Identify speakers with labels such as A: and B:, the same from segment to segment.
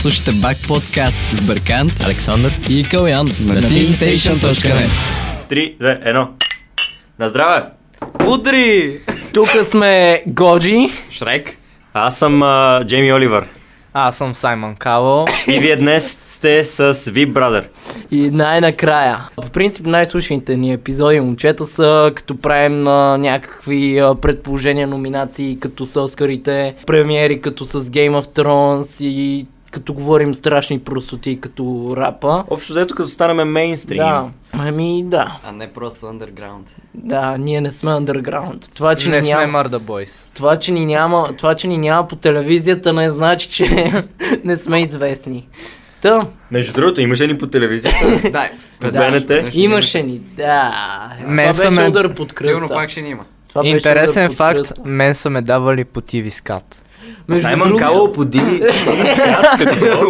A: Слушате Бак подкаст с Бъркант
B: Александър.
A: и Калян на teamstation.net.
C: 3, 2, 1. На здраве!
B: Утри! Тук сме Годжи.
C: Шрек. Аз съм а, Джейми Оливър.
B: Аз съм Саймън Кало.
C: И вие днес сте с VIP Brother.
D: И най-накрая. По принцип най-слушаните ни епизоди момчета са като правим а, някакви а, предположения, номинации като с Оскарите, премиери като с Game of Thrones и като говорим страшни простоти като рапа.
C: Общо взето като станем мейнстрим.
D: Да. Ами да,
A: А не просто underground.
D: да, ние не сме underground. Това, че
B: Не
D: ни
B: сме
D: няма,
B: Мърда Бойс.
D: това, че ни няма, това, че ни няма по телевизията не значи, че не сме известни. Та,
C: Между другото, имаше ни по телевизията.
A: Дай,
C: Пред
D: Да.
C: БНТ.
D: имаше ни, да.
B: Мен
D: това беше
B: съм е-
D: удар под кръста.
A: Сигурно пак ще ни има.
D: Това беше удар
B: Интересен
D: под
B: факт,
D: кръста.
B: мен са ме давали по TV скат.
D: Между
C: Саймън
D: другото-
C: Кало по Диви.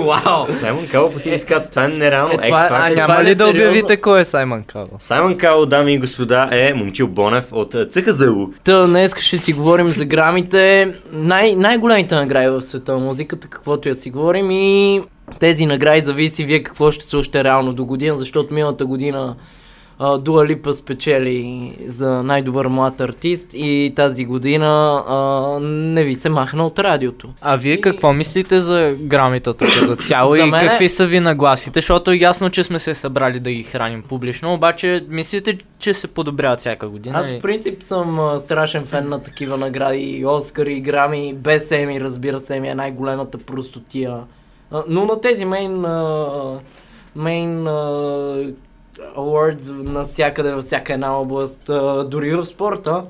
B: Вау!
C: Саймън Кало по Диви скат. Това е нереално.
D: Е,
C: Е,
D: това е- а,
C: X-Factor.
D: няма
B: Ама
D: ли
B: ли да
D: сериозно?
B: обявите кой е Саймън Кало?
C: Саймън Кало, дами и господа, е момчил Бонев от а, ЦХЗУ.
D: Та, днес ще си говорим за грамите. Най- най-големите награди в света на музиката, каквото я си говорим и тези награди зависи вие какво ще слушате реално до година, защото миналата година а, Дуа Липа спечели за най-добър млад артист и тази година а, не ви се махна от радиото.
B: А вие какво мислите за грамитата като цяло
D: За
B: и
D: мен е-
B: какви са ви нагласите? Защото е ясно, че сме се събрали да ги храним публично, обаче мислите, че се подобряват всяка година?
D: Аз
B: ли?
D: по принцип съм а, страшен фен на такива награди, и Оскари, и Грами, без Еми, разбира се, Еми е най-големата простотия. А, Но на тези мейн, а, мейн а, awards навсякъде, във всяка една област, а, дори в спорта,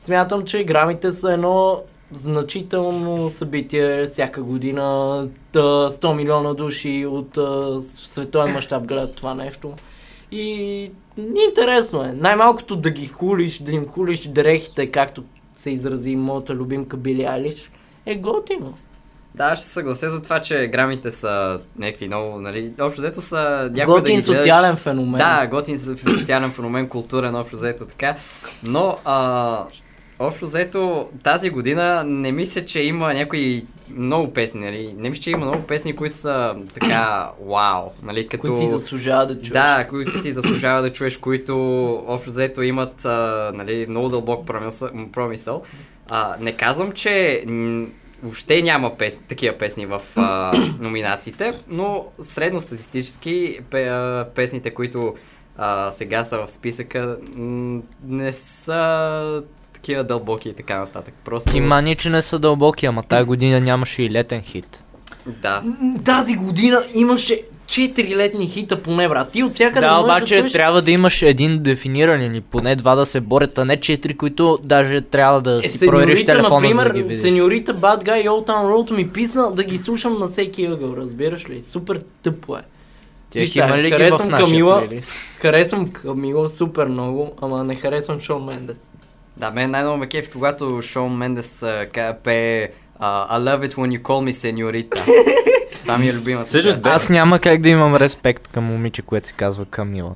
D: смятам, че Грамите са едно значително събитие всяка година. Та 100 милиона души от а, с- световен мащаб гледат това нещо. И интересно е. Най-малкото да ги хулиш, да им хулиш дрехите, както се изрази моята любимка Били Алиш, е готино.
A: Да, ще се съглася за това, че грамите са някакви много, нали, общо взето са някой да
D: Готин
A: ги гледаш-
D: социален феномен.
A: Да, готин со- социален феномен, културен, общо взето така. Но, а, общо взето, тази година не мисля, че има някои много песни, нали? Не мисля, че има много песни, които са така, вау, нали? Като...
D: които си заслужава да чуеш.
A: Да, които си заслужава да чуеш, които общо взето имат а, нали, много дълбок промисъл. промисъл. А, не казвам, че м, въобще няма пес, такива песни в а, номинациите, но средностатистически пе, а, песните, които а, сега са в списъка, м, не са такива дълбоки и така нататък. Просто...
B: Ти мани, че не са дълбоки, ама тази година нямаше и летен хит.
A: Да.
D: М, Тази година имаше 4-летни хита поне, брат. Ти от всякъде
B: да,
D: можеш
B: обаче
D: да чуеш...
B: трябва да имаш един дефиниран или поне два да се борят, а не четири, които даже трябва да
D: Е,
B: си провериш
D: сеньорита,
B: телефона, за
D: например,
B: да ги видиш.
D: сеньорита Bad Guy и Old Town Road ми писна да ги слушам на всеки ъгъл, разбираш ли? Супер тъпо е.
B: Тях
D: Виж сега,
B: има ли ги в
D: харесвам
B: нашия
D: Камила.
B: плейлист?
D: Харесвам Камила супер много, ама не харесвам Шон Мендес.
A: Да, мен най-много ме кефи, когато Шон Мендес а, ка- пее а, I love it when you call me señorita. Това ми е любимата
C: Всъщност,
A: част.
C: бе-
B: Аз няма как да имам респект към момиче, което се казва Камила.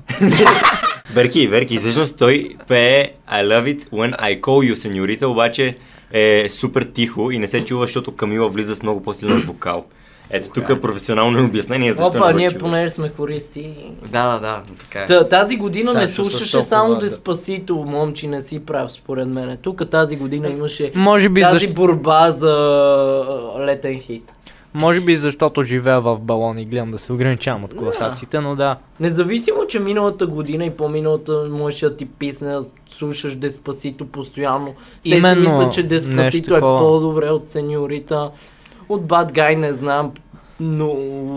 C: Берки, Берки, всъщност той пее I love it when I call you, сеньорита, обаче е супер тихо и не се чува, защото Камила влиза с много по-силен вокал. Ето тук е професионално обяснение, защо
D: Опа,
C: не го
D: ние
C: чуваш.
D: понеже сме хористи.
A: Да, да, да, така е.
D: Та, тази година не
B: Сашо
D: слушаше
B: Сашов,
D: само
B: да.
D: Деспасито, момче, не си прав според мен. Тук тази година имаше
B: Може би,
D: тази
B: защ...
D: борба за а, летен хит.
B: Може би защото живея в балон и гледам да се ограничавам от класациите, но да.
D: Независимо, че миналата година и по-миналата можеш да ти писне, слушаш Деспасито постоянно. Се
B: Именно,
D: Именно, мисля, че
B: нещо
D: Деспасито е
B: такова.
D: по-добре от Сеньорита. От Bad Guy не знам, но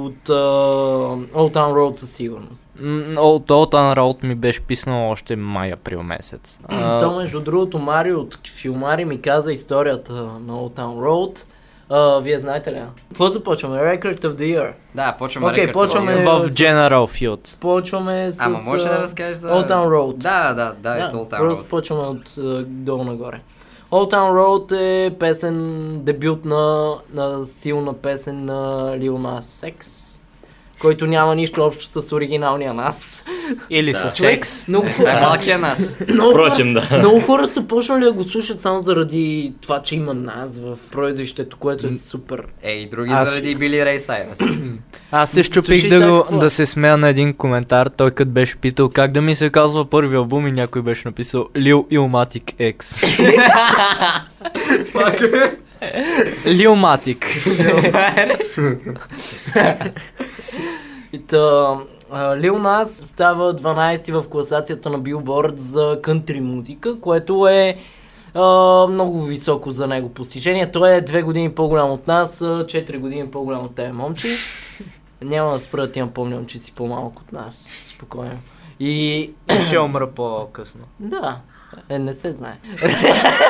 D: от uh, Old Town Road със сигурност.
B: М, Old Old and Road ми беше писнал още май-април месец. А,
D: То между другото Марио от Филмари ми каза историята на Old Town Road. А, вие знаете ли? я? Какво започваме? Record of the Year.
A: Да, почваме
D: Окей,
A: рекърта.
D: почваме-
B: в General Field.
D: Почваме с...
A: Ама може
D: а,
A: да разкажеш за...
D: Old Town Road.
A: Да, да, да, и за Old Town
D: просто
A: Road.
D: почваме от е, долу нагоре. Old Town Road е песен, дебютна, на силна песен на Lil Nas X. който няма нищо общо с оригиналния нас.
B: Или
C: Да.
B: с секс.
D: Много
A: Това е
D: хора,
A: малкия нас.
D: много, хора,
C: Впрочем, да.
D: много хора са почнали да го слушат само заради това, че има нас в прозвището, което е супер.
A: Е, и други
B: Аз-
A: заради Били Рей Е, Сайрас.
B: Аз се щупих
D: Слушай,
B: да,
D: да,
B: го,
D: какво?
B: да се смея на един коментар, той като беше питал как да ми се казва първи албум и някой беше написал Lil Ilmatic X. Lil Matic.
D: И Та, а, Лил Нас става 12-ти в класацията на Билборд за кънтри музика, което е а, много високо за него постижение. Той е 2 години по-голям от нас, 4 години по-голям от тези момчи. Няма да спра да ти напомням, че си по-малък от нас. Спокойно. И
B: Ще умра по-късно.
D: да, е, не се знае.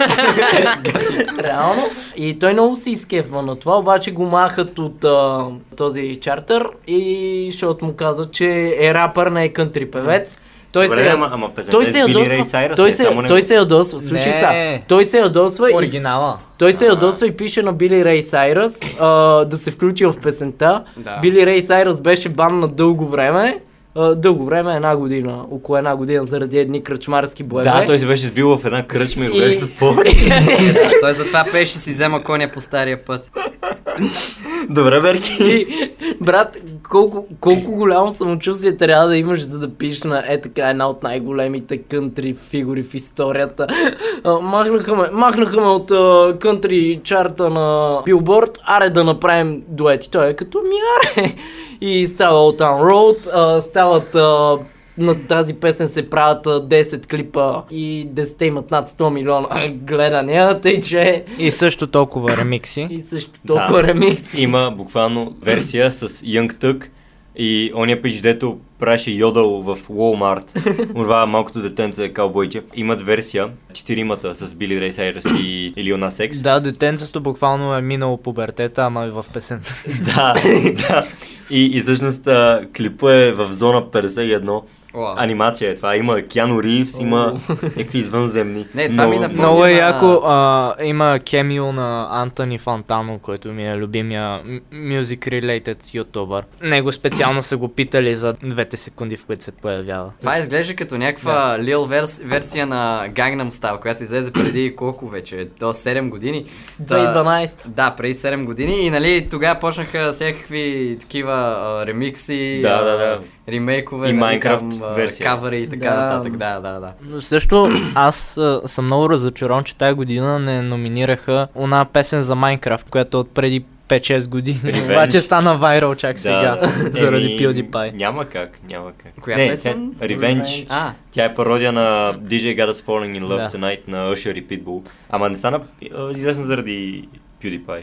D: Реално. И той много се изкефва на това, обаче го махат от а, този чартър и защото му каза, че е рапър, не е кънтри певец. Той
C: Добре,
D: се,
C: ама, ама песента
D: той
C: е
D: се
C: с Били Рей
D: ядосва,
C: Сайрас,
D: той
C: не
D: се, е-
C: само него.
D: той се ядосва, слушай
B: Не.
D: са, той се е ядосва и
B: Оригинала.
D: той се е ядосва и пише на Били Рей Сайрас а, да се включи в песента.
A: Да.
D: Били Рей Сайрас беше бан на дълго време. А, дълго време, една година, около една година, заради едни кръчмарски боеве.
C: Да, той се беше сбил в една кръчма и го
D: И-
C: беше затвор.
A: Е, да, той затова пеше си взема коня по стария път.
C: Добре, Берки.
D: И, брат, колко, колко голямо самочувствие трябва да имаш, за да пиш на е така една от най-големите кънтри фигури в историята. А, махнаха, ме, махнаха ме от а, кънтри чарта на Билборд, аре да направим дуети. Той е като ми аре. И става Old Town Road, а, стават а, на тази песен се правят а, 10 клипа и 10 имат над 100 милиона гледания, тъй че
B: И също толкова ремикси.
D: и също толкова
C: Да.
D: ремикс.
C: Има буквално версия с Young Thug и ония пич, дето праше йодъл в Walmart. Това малкото детенце каубойче. Имат версия, четиримата с Били Рей Сайрас и Лил Нас Екс.
B: Да, детенцето буквално е минало пубертета, ама и в песента.
C: Да, да. И, и всъщност а, клипа е в зона 51.
A: Уау.
C: Анимация е това. Има Киано Ривз, има някакви извънземни.
A: Не, това ми напомня-
B: Много е
A: на-
B: яко. А, има кемио на Антони Фантано, който ми е любимия м- music-related ютубър. Него специално са го питали за двете секунди, в които се появява.
A: Това изглежда като някаква лил верс, версия на Gangnam Style, която излезе преди колко вече? До 7 години. Та-
D: 2012.
A: Да, преди 7 години и нали тогава почнаха всякакви такива а, ремикси,
C: Да,
A: а,
C: да, да.
A: ремейкове,
C: И
A: нали,
C: Minecraft
A: там, а,
C: версия.
A: кавери и така
D: Да.
A: нататък, да, да, да.
B: Но също аз а, съм много разочарован, че тази година не номинираха она песен за Майнкрафт, която е от преди 5-6 години.
C: Revenge.
B: Обаче стана вайрал чак сега,
C: Еми,
B: заради PewDiePie.
C: Няма как, няма как.
A: Коя
C: не,
A: песен?
C: Тя, Revenge.
D: Revenge.
A: А,
C: Тя е пародия на DJ Got Us Falling In Love
B: Да.
C: Tonight на Usher и Pitbull. Ама не стана а, известна заради PewDiePie.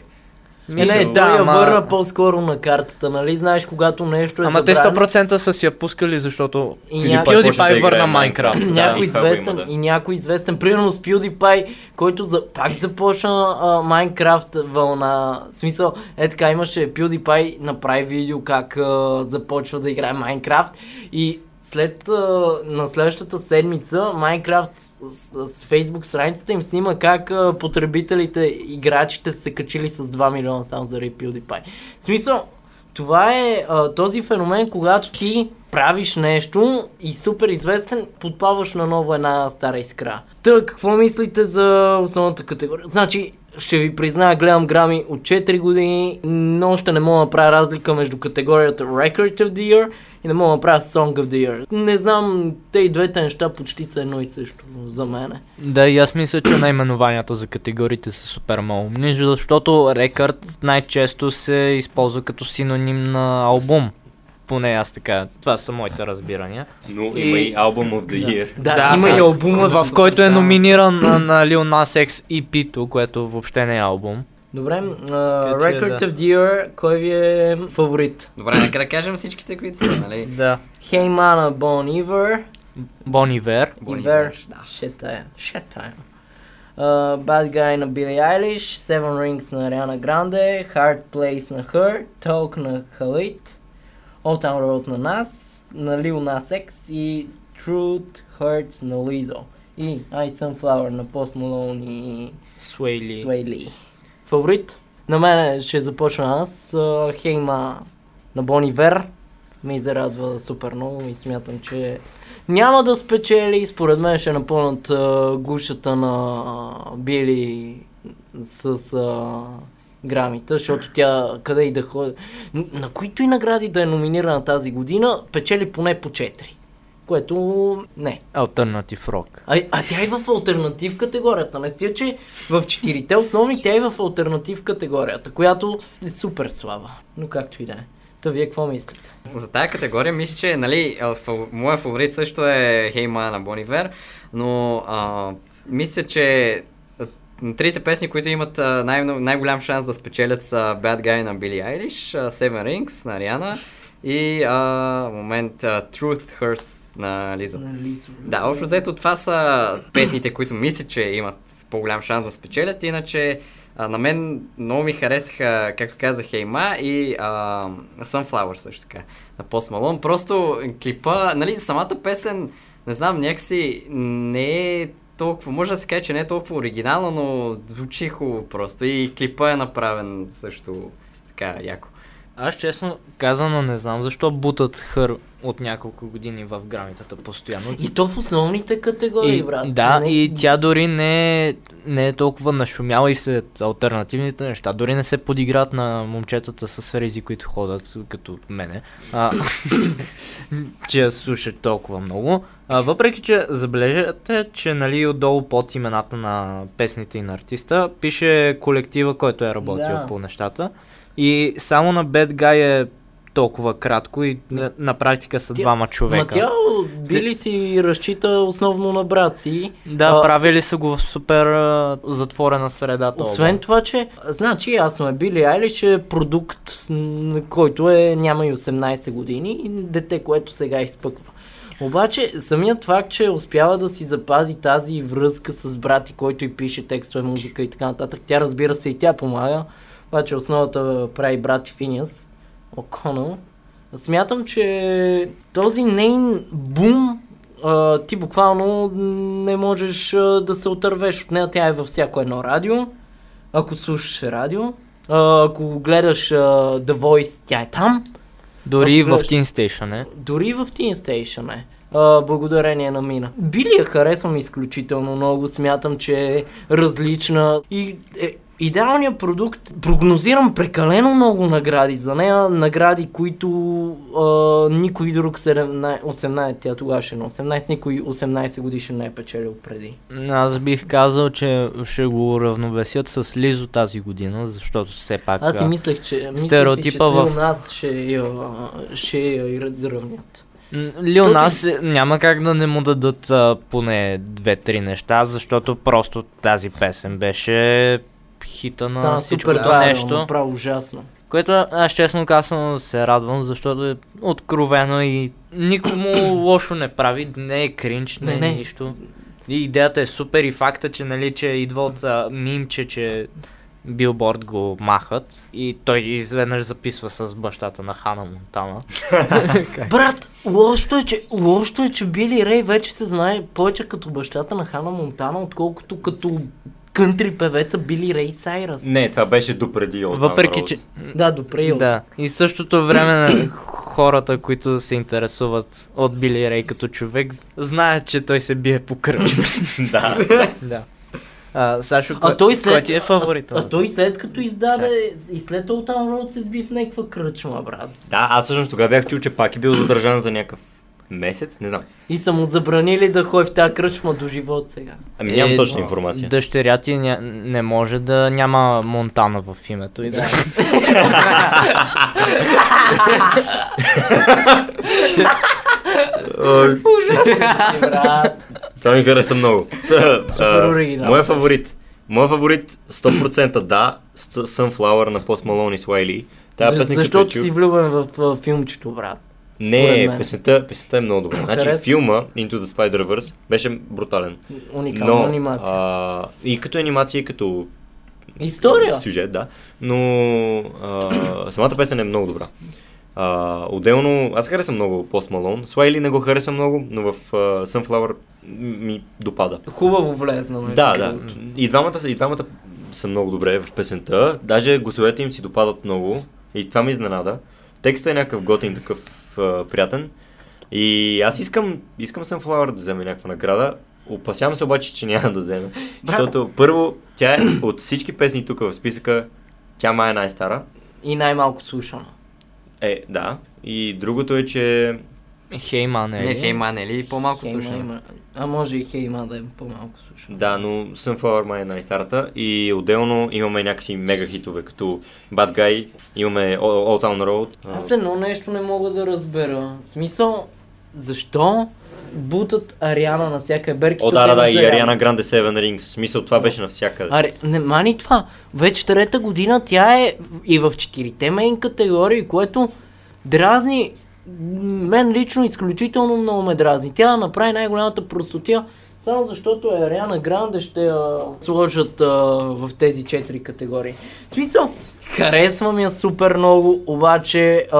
D: Е, не,
B: Мисля,
D: да, я
B: ама-
D: върна по-скоро на картата, нали? Знаеш, когато нещо е
B: Ама те
D: забравено,
B: 100% са си я пускали, защото
D: И
B: PewDiePie,
D: ня-
C: почна да
B: PewDiePie
C: играе
B: върна
C: Майнкрафт.
B: Майнкрафт.
C: Да, и
D: някой
C: Ами, това го
D: известен,
C: има, да.
D: и някой известен, примерно с PewDiePie, който за, пак започна а, Майнкрафт вълна. В смисъл, е така, имаше PewDiePie, направи видео как а, започва да играе Майнкрафт и след а, на следващата седмица Майнкрафт с, с Facebook страницата им снима как а, потребителите, играчите са се качили с 2 милиона само заради PewDiePie. В смисъл, това е а, този феномен, когато ти правиш нещо и супер известен, подпаваш на ново една стара искра. Та, какво мислите за основната категория? Значи, ще ви призная, гледам грами от 4 години, но още не мога да правя разлика между категорията Record of the Year и не мога да правя Song of the Year. Не знам, те и двете неща почти са едно и също за мене.
B: Да, и аз мисля, че наименованията за категориите са супер малумни, защото рекърд най-често се използва като синоним на албум. Поне аз така, това са моите разбирания.
C: Но
B: И-
C: има и Album of the Year.
D: Да,
B: Да,
D: има и
B: да.
D: албума.
B: В
D: за
B: който е
D: съпоставяне.
B: номиниран на, на Lil Nas X EP-то, което въобще не е албум.
D: Добре, а,
B: че,
D: Record
B: да.
D: of the Year, кой ви е фаворит?
A: добре, нека да кажем всичките, които са, нали?
B: Да.
D: Hey Mana, Bon Iver,
B: Bon Iver.
A: Bon
D: Iver,
A: Iver, да.
D: Shetaya, Shetaya. Uh, Bad Guy на Billie Eilish, Seven Rings на Ariana Grande, Hard Place на Her, Talk на Khalid, Old Town Road на Nas, на Lil Nas X и Truth Hurts на Lizzo. И I Sunflower на Post Malone и
B: Sway Lee.
D: Sway Lee. Фаворит? На мен ще започна аз. а, Хейма на Бон Ивер. ми зарадва супер много и смятам, че няма да спечели. Според мен ще напълнат а, гушата на а, Били с а, грамите, защото тя къде и да ходи. Н- На които и награди да е номинирана тази година, печели поне по 4. Което не.
B: Альтернатив рок.
D: А, а тя и в альтернатив категорията. Не стига, че в четирите основни тя и в альтернатив категорията, която е супер слаба. Но както и да е. Та вие какво мислите?
A: За тази категория мисля, че нали, а, фав... моя фаворит също е Hey Ma на Бонивер, но а, мисля, че а, трите песни, които имат а, най- най-голям шанс да спечелят са Bad Guy на Билли Айлиш, а, Seven Rings на Риана и а, момент а, Truth Hurts на Лизо. Да, общо взето това са песните, които мисля, че имат по-голям шанс да спечелят. Иначе а, на мен много ми харесаха, както казах, Хейма и а, Sunflower също така, на Post Malone. Просто клипа, нали, самата песен, не знам, някакси не е толкова, може да се каже, че не е толкова оригинално, но звучи хубаво просто. И клипа е направен също така яко.
B: Аз честно казано не знам защо бутат хър от няколко години в грамитата постоянно.
D: И то в основните категории,
B: И,
D: брат. Нали?
B: да,
D: не...
B: и тя дори не е, не е толкова нашумяла и след альтернативните неща. Дори не се подиграт на момчетата с рези, които ходят като мене. А, че я слушат толкова много. А, въпреки, че забележате, че нали отдолу под имената на песните и на артиста пише колектива, който е работил
D: Да.
B: по нещата. И само на Bad Guy е толкова кратко и на, на практика са
D: Тя-
B: двама човека.
D: Ма тя били си разчита основно на брат си.
B: Да,
D: А,
B: правили са го в супер а, затворена среда. този
D: Освен
B: албум.
D: това, че, значи ясно е, Били Айлиш е продукт, м, който е, няма и 18 години, и дете, което сега изпъква. Обаче, самият факт, че успява да си запази тази връзка с брати, който и пише текстове, музика и така нататък, тя разбира се и тя помага, обаче основата прави брати Финиас, О'Конъл. Смятам, че този нейн бум а, ти буквално не можеш а, да се отървеш от нея. Тя е във всяко едно радио. Ако слушаш радио, а, ако гледаш а, The Voice, тя е там.
B: Дори и в
D: Гледаш-
B: Teen Station е.
D: Дори и в Teen Station е. А, благодарение на Мина. Били я харесвам изключително много, смятам, че е различна и е, идеалният продукт. Прогнозирам прекалено много награди за нея, награди, които а, никой друг 17, 18, тя тогава ще е на 18, никой 18 годишен не е печелил преди.
B: Аз бих казал, че ще го равновесят с Лизо тази година, защото все пак...
D: Аз си
B: а,
D: мислех, че, мислех си, че
B: Стереотипа
D: в...
B: в-
D: нас ще я, а, ще я и разравнят.
B: М,
D: Защото-
B: Лил Нас е- няма как да не му дадат а, поне две-три неща, защото просто тази песен беше хита на
D: Стана
B: всичко
D: супер
B: това
D: вайрал,
B: нещо,
D: направо ужасно.
B: което аз честно казвам се радвам, защото е откровено и никому лошо не прави, не е кринч, не,
D: Не,
B: е
D: не.
B: нищо. И идеята е супер и факта, че нали, че идва от а, мимче, че билборд го махат и той изведнъж записва с бащата на Хана Монтана.
D: Брат, лошото е, че, лошото е, че Били Рей вече се знае повече като бащата на Хана Монтана, отколкото като кънтри певеца Били Рей Сайрас.
C: Не, това беше допреди от
B: Въпреки, че...
D: Да, добре.
B: Да, и в същото време на хората, които се интересуват от Били Рей като човек, знаят, че той се бие по кръв.
C: да.
B: да. А, Сашо,
D: А
B: кой,
D: той след-
B: кой ти е фаворит?
D: А той след като издаде и след Олтан Роуд се сби в някаква кръчма, брат.
C: Да, аз всъщност тогава бях чул, че пак е бил задържан за някакъв месец, не знам.
D: И са му забранили да ходи в тази кръчма до живот сега.
C: Ами нямам
B: Е,
C: точна информация.
B: Дъщеря ти ня... не може да няма Монтана в името и да.
D: Ти, брат.
C: Това ми хареса много. Та,
D: Супер
C: а,
D: оригинално.
C: Моя фаворит. Моя фаворит 100% да, с- Sunflower на Post Malone и Swiley. Тая
D: За-
C: песен, като е я
D: защото
C: чух-
D: си влюбен в, а, филмчето, брат. според
C: Не,
D: мен.
C: песента, песента е много добра. Значи
D: Харесва.
C: филма Into the Spider-Verse беше брутален.
D: Уникална
C: Но,
D: анимация.
C: а, и като анимация, и като
D: История.
C: сюжет, да. Но а, самата песен е много добра. А, отделно, аз харесвам много Post Malone. Swiley не го харесвам много, но в а, Sunflower ми допада.
D: Хубаво влезна. между
C: Да, да.
D: другото.
C: Е, И двамата, са- и двамата са много добре в песента. Даже гласовете им си допадат много. И това ми изненада. Текстът е някакъв готин такъв а, приятен. И аз искам, искам Sunflower да вземе някаква награда. Опасявам се обаче, че няма да вземе. Защото първо, тя е от всички песни тук в списъка, тя май е най-стара.
D: И най-малко слушана.
C: Е, да. И другото е, че
B: Хейман е.
A: Не,
B: ли?
A: Хейман е ли по-малко слушане?
D: Хейма, а може и Хейма да е по-малко слушана.
C: Да, но Sunflower май е най-старата и отделно имаме някакви мега хитове, като Bad Guy, имаме All All Town Road. а,
D: Аз едно нещо не мога да разбера. В смисъл, защо бутат Ариана на всяка берки?
C: О, да, да, да, и Ариана Гранде Seven Rings. Смисъл, това беше навсякъде.
D: Ари... Не, мани това. Вече трета година тя е и в четирите мейн категории, което дразни мен лично изключително много ме дразни. Тя направи най-голямата простотия, само защото е Ариана Гранде ще я сложат а, в тези четири категории. В смисъл, харесвам я супер много, обаче а,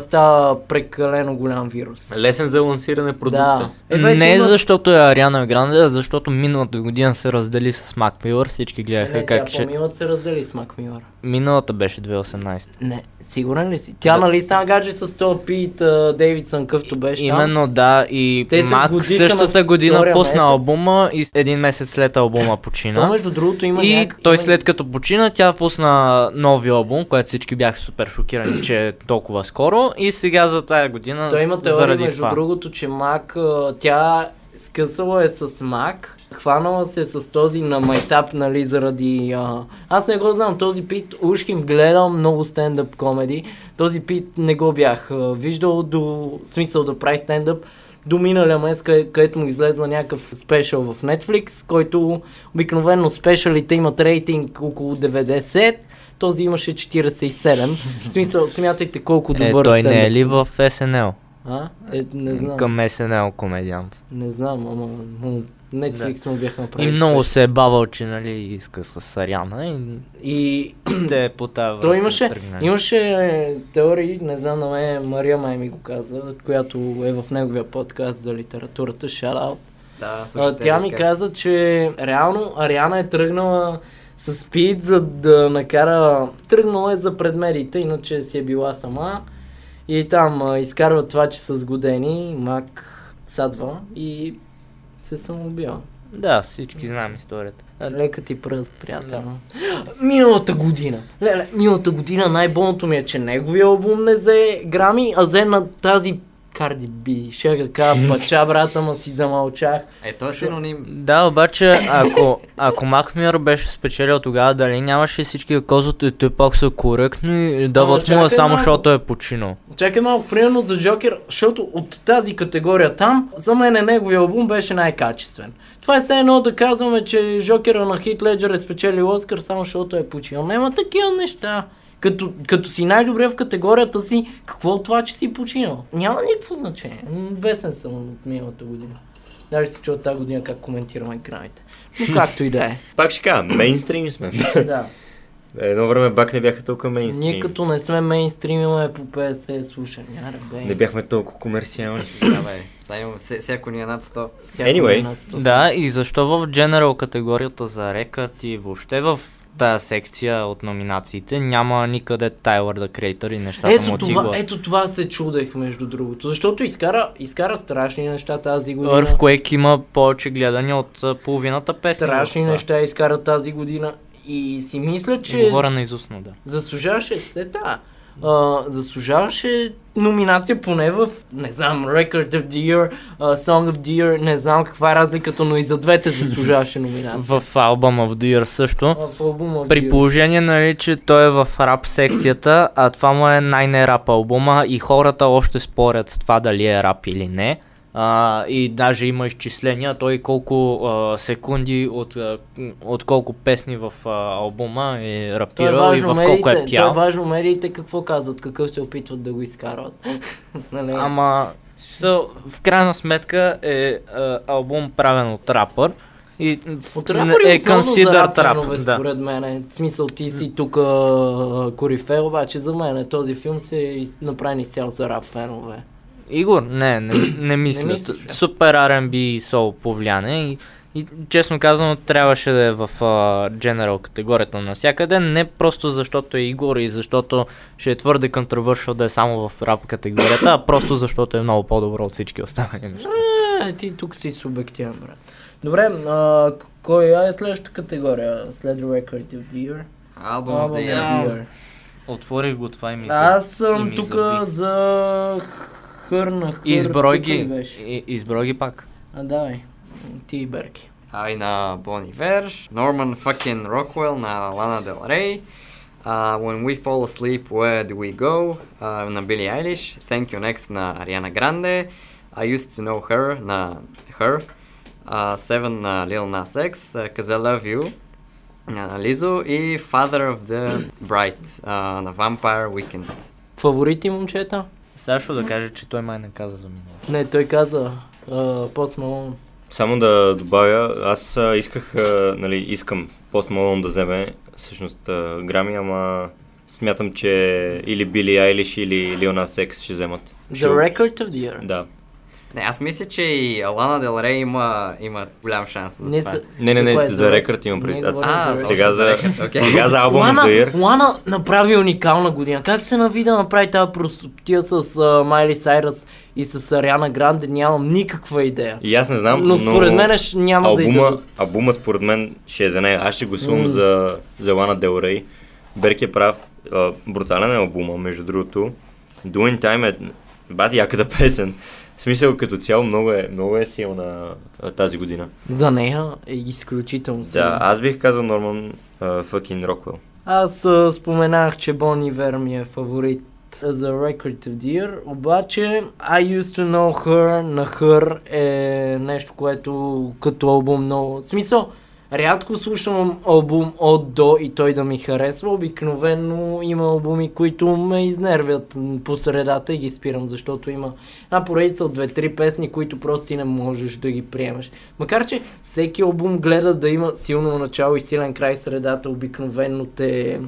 D: става прекалено голям вирус.
C: Лесен за лансиране
D: Да.
C: продукта.
D: Е, вече
B: не
D: има-
B: защото е Ариана Гранде, а защото миналата година се раздели с Мак Милър. Всички
C: Е,
D: Не,
B: гледаха
D: не, тя
B: как ще...
D: по-милата се раздели с Мак Милър.
B: Миналата беше 2018.
D: Не, сигурен ли си? Тя нали стана гадже с този Пит а, Дейвидсън, къвто беше там?
B: Именно да, и
D: Те се
B: Мак
D: сгодиха
B: същата
D: на
B: година
D: втория
B: пусна
D: месец.
B: албума и един месец след албума почина.
D: То между другото има
B: И
D: някак-
B: той
D: има-
B: след като почина, тя пусна нови албум, което всички бяха супер шокирани, че е толкова скоро. И сега за тая година,
D: Той има теория
B: заради
D: между
B: това.
D: другото, че Мак, а, тя скъсала е с Мак, хванала се с този на майтап, нали, заради... А... Аз не го знам, този Пит, ушким гледал много стендъп комеди, този Пит не го бях а, виждал до смисъл да прави стендъп, до миналия месец, къде, където му излезна някакъв спешъл в Netflix, който обикновено спешалите имат рейтинг около 90, този имаше 47. В смисъл, смятайте колко
B: Е,
D: добър
B: той не е
D: стендъп.
B: ли в СНЛ?
D: А? Е, не знам.
B: Към СНЛ комедиант.
D: Не знам, ама му- Netflix му бяха
B: И
D: направили.
B: много
D: спешъл.
B: се е бавал, че нали иска с Ариана и
D: И
B: те е по тази
D: той
B: връзка
D: имаше,
B: тръгнали.
D: имаше е, теории, не знам на мен, Мария май ми го каза, която е в неговия подкаст за литературата, shout out.
A: Да,
D: А,
A: слушайте,
D: тя ми
A: как-
D: каза, че реално Ариана е тръгнала с спид, за да накара... Тръгнала е за предмерите, иначе си е била сама. И там а, изкарва това, че са сгодени, мак садва и се самоубива.
B: Да, всички знаем историята.
D: Лека ти пръст, приятел. Миналата година. Леле, миналата година най-болното ми е, че неговия албум не взе грами, а взе на тази Карди Би. Ще я кажа, пача, брата, ма си замълчах.
A: Е, той е синоним.
B: Да, обаче, ако, ако Махмир беше спечелил тогава, дали нямаше всички да казват, и той пак са коректно и дават му
D: чакай
B: е само
D: малко.
B: защото е починал.
D: Чакай малко, примерно за Жокер, защото от тази категория там, за мен неговия албум беше най-качествен. Това е все едно да казваме, че Жокера на Хит Леджер е спечелил Оскар, само защото е починал. Няма такива неща. Като, като си най-добре в категорията си, какво от това, че си починал? Няма никакво значение. М, Бесен съм от миналата година. Даже се чува тази година как коментираме екранните. Но както и да е.
C: Пак ще кажа, мейнстрим сме.
D: Да.
C: Едно време бак не бяха толкова мейнстрим.
D: Ние като не сме мейнстрим, имаме по 50 слушания. Ребе.
C: Не бяхме толкова комерциални.
A: Да, бе. Сега имаме вся- всяко ни е над 100.
D: Всяко
C: Anyway.
D: е над 100.
B: Да, и защо в General категорията за рекът и въобще в тая секция от номинациите няма никъде Tyler the Creator и нещата му
D: Ето
B: от
D: това,
B: Игла.
D: ето това се чудех, между другото. Защото изкара, изкара страшни неща тази година.
B: Earthquake има повече гледания от а, половината песни. в
D: страшни
B: това.
D: неща изкара тази година. И си мисля, че
B: Говоря на изусно, да.
D: заслужаваше сета. А, заслужаваше номинация поне в, не знам, Record of the Year, а, Song of the Year, не знам каква е разликата, но и за двете заслужаваше номинация.
B: В албума в Dear също.
D: А, в албума е. в
B: При
D: Year.
B: положение, нали, че той е в рап секцията, а това му е най-нерап албума и хората още спорят това дали е рап или не. А, и даже има изчисления, той колко а, секунди от, а, от колко песни в а, албума е
D: То е
B: рапирал и
D: важно,
B: в колко е
D: медиите, то е
B: пял.
D: важно медиите какво казват, какъв се опитват да го изкарват. нали?
B: Ама, so, в крайна сметка е а, албум правен от рапър. И
D: От
B: н-
D: рапър е, е
B: considered
D: консидерат рап,
B: rap, да.
D: според мен. В смисъл ти си тук корифе, обаче за мен този филм се е из- направен изцяло за рап фенове.
B: Игор, не, не, не мисля.
D: мислиш,
B: Супер R&B и сол повлияне и, И честно казано, трябваше да е в а, General категорията навсякъде, не просто защото е Игор и защото ще е твърде controversial да е само в рап категорията, а просто защото е много по-добро от всички останали неща.
D: Е, ти тук си субективен, брат. Добре, а, к- коя е следващата категория? След Record of the Year?
A: Албум
D: Album
A: of
D: of
A: the
D: the
A: Year.
D: Year.
B: Отворих го това и ми
D: Аз съм тук за хърна. Хър,
B: Изброй
D: тук ли
B: ги.
D: беше?
B: И- Изброй ги пак.
D: А, давай. Ти и Берки.
A: Ай на Бон Ивер, Норман fucking Роквел на Лана Дел Рей, а, When We Fall Asleep, Where Do We Go а, на Билли Айлиш, Thank You Next на Ариана Гранде, I Used To Know Her на Her, а, Seven на Lil Nas X, а, Cause I Love You на Лизо и Father of the Bright а, на Vampire Weekend.
D: Фаворити, момчета?
B: Сашо да каже, че той май не каза за минало.
D: Не, той каза uh, Post Malone.
C: Само да добавя, аз а, исках, а, нали, искам Post Malone да вземе всъщност а, Грами, ама смятам, че или Били Айлиш или Лиона Секс ще вземат. Ще-
D: The Record of the Year.
C: Да.
A: Не, аз мисля, че и Лана Дел Рей има, има голям шанс за
D: Не,
A: това.
D: са-
C: Не, не,
D: Какво
C: не,
D: е
C: за рекърд имам
D: Не
C: предвид.
D: говоря
A: А,
D: за
C: Сега за,
A: Точно за рекърд, окей.
C: сега за албум
D: Лана,
C: of the Year.
D: Лана направи уникална година. Как се нави да направи тази простотия с Майли Сайрас и с Ариана Гранде, нямам никаква идея.
C: И аз не знам,
D: но според мен ще- няма да
C: албума,
D: идва.
C: албума според мен ще е за нея. Аз ще гласувам за, за Лана Дел Рей. Берки е прав. А, брутален е албума, между другото. Doing Time е бати яката песен. В смисъл като цяло много е, много е силна а, тази година.
D: За нея е изключително силно.
C: Да, аз бих казал Норман Факин Роквел.
D: Аз а, споменах, че Бон Ивер ми е фаворит за Record of the Year, обаче I Used to Know Her на Her е нещо, което като албум много... В смисъл, рядко слушам албум от до и той да ми харесва. Обикновено има албуми, които ме изнервят м, по средата и ги спирам, защото има една поредица от две-три песни, които просто ти не можеш да ги приемаш. Макар, че всеки албум гледа да има силно начало и силен край, средата обикновено те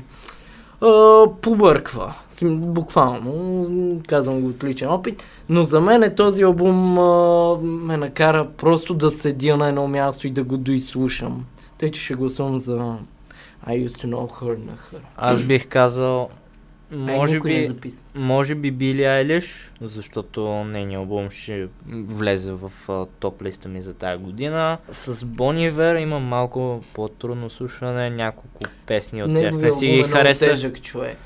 D: а, побърква. См- Буквално, м, казвам го от личен опит. Но за мен е този албум а, ме накара просто да седя на едно място и да го доизслушам. Тъй, че ще гласувам за I used to know her на her.
B: Аз бих казал,
D: Ай,
B: може
D: Е, никой не
B: би,
D: записа.
B: може би Били Айлиш, защото нейният албум ще влезе в а, топ листа ми за тая година. С Бонивер има малко по-трудно слушане, няколко песни от тях.
D: Неговият
B: Не си
D: албум е
B: ги
D: много
B: хареса.
D: Тежък човек.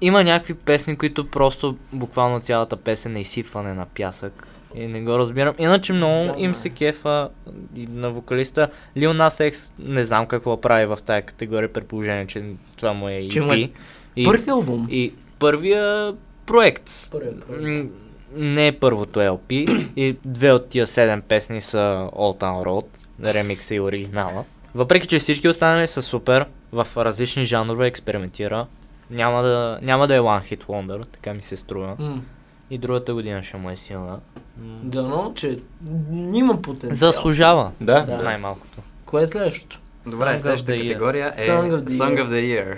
B: Има някакви песни, които просто буквално цялата песен е изсипване на пясък. И не го разбирам. Иначе много
D: Да,
B: им
D: да.
B: се кефа и на вокалиста. Лил Нас Екс не знам какво прави в тая категория, при положение, че това му е EP.
D: Че му е
B: И,
D: Първи албум.
B: и първия проект.
D: Първият, първият.
B: М, Не е първото LP и две от тия седем песни са Old Town Road, ремикса и оригинала. Въпреки, че всички останали са супер, в различни жанрове експериментира, няма да, няма да е One Hit Wonder, така ми се струва.
D: М.
B: И другата година ще му е силна. М,
D: Дано, че има потенциал.
B: Заслужава,
C: Да,
D: Да.
B: най-малкото.
D: Кое е следващото?
B: Song
A: Добре,
B: of
A: следващата
B: the Year.
A: категория е
D: Song of the
A: Song
D: Year.
A: of the Year.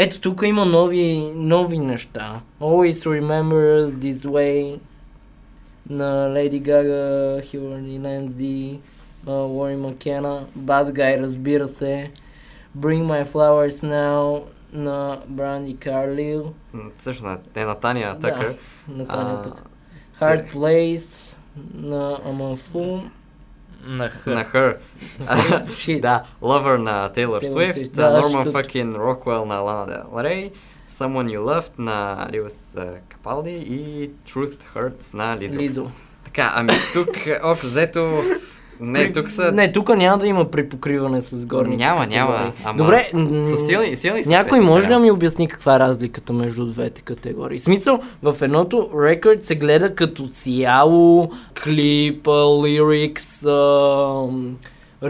D: Ето тук има нови, нови неща. Always Remember Us This Way на Lady Gaga, Hillary Nancy, Лори Макена, Bad Guy, разбира се, Bring My Flowers Now на Бранди Карлил,
A: М, Всъщност не на Таня
D: Да.
A: Тъкър.
D: Натаня
A: А,
D: тук.
A: се-
D: Hard Place на Аманфу.
B: На
A: На
B: хър.
A: Her.
D: Shit.
A: да, Lover на Taylor
D: Taylor
A: Swift,
D: Swift, да, аз
A: Norman
D: ще-
A: fucking Rockwell на Lana Del Rey, Someone You Loved на Лиус а, Капалди и Truth Hurts на Лизо.
D: Лизо.
A: Така, ами тук общо взето... Не, тук са...
D: Не, тук няма да има припокриване с горните
A: Няма, няма,
D: категории.
A: ама-
D: Добре, м,
A: Са силни, силни са
D: Някой
A: песните,
D: може ли
A: да.
D: да ми обясни каква е разликата между двете категории? В смисъл, в едното Record се гледа като цяло, клип, а, lyrics, а, м,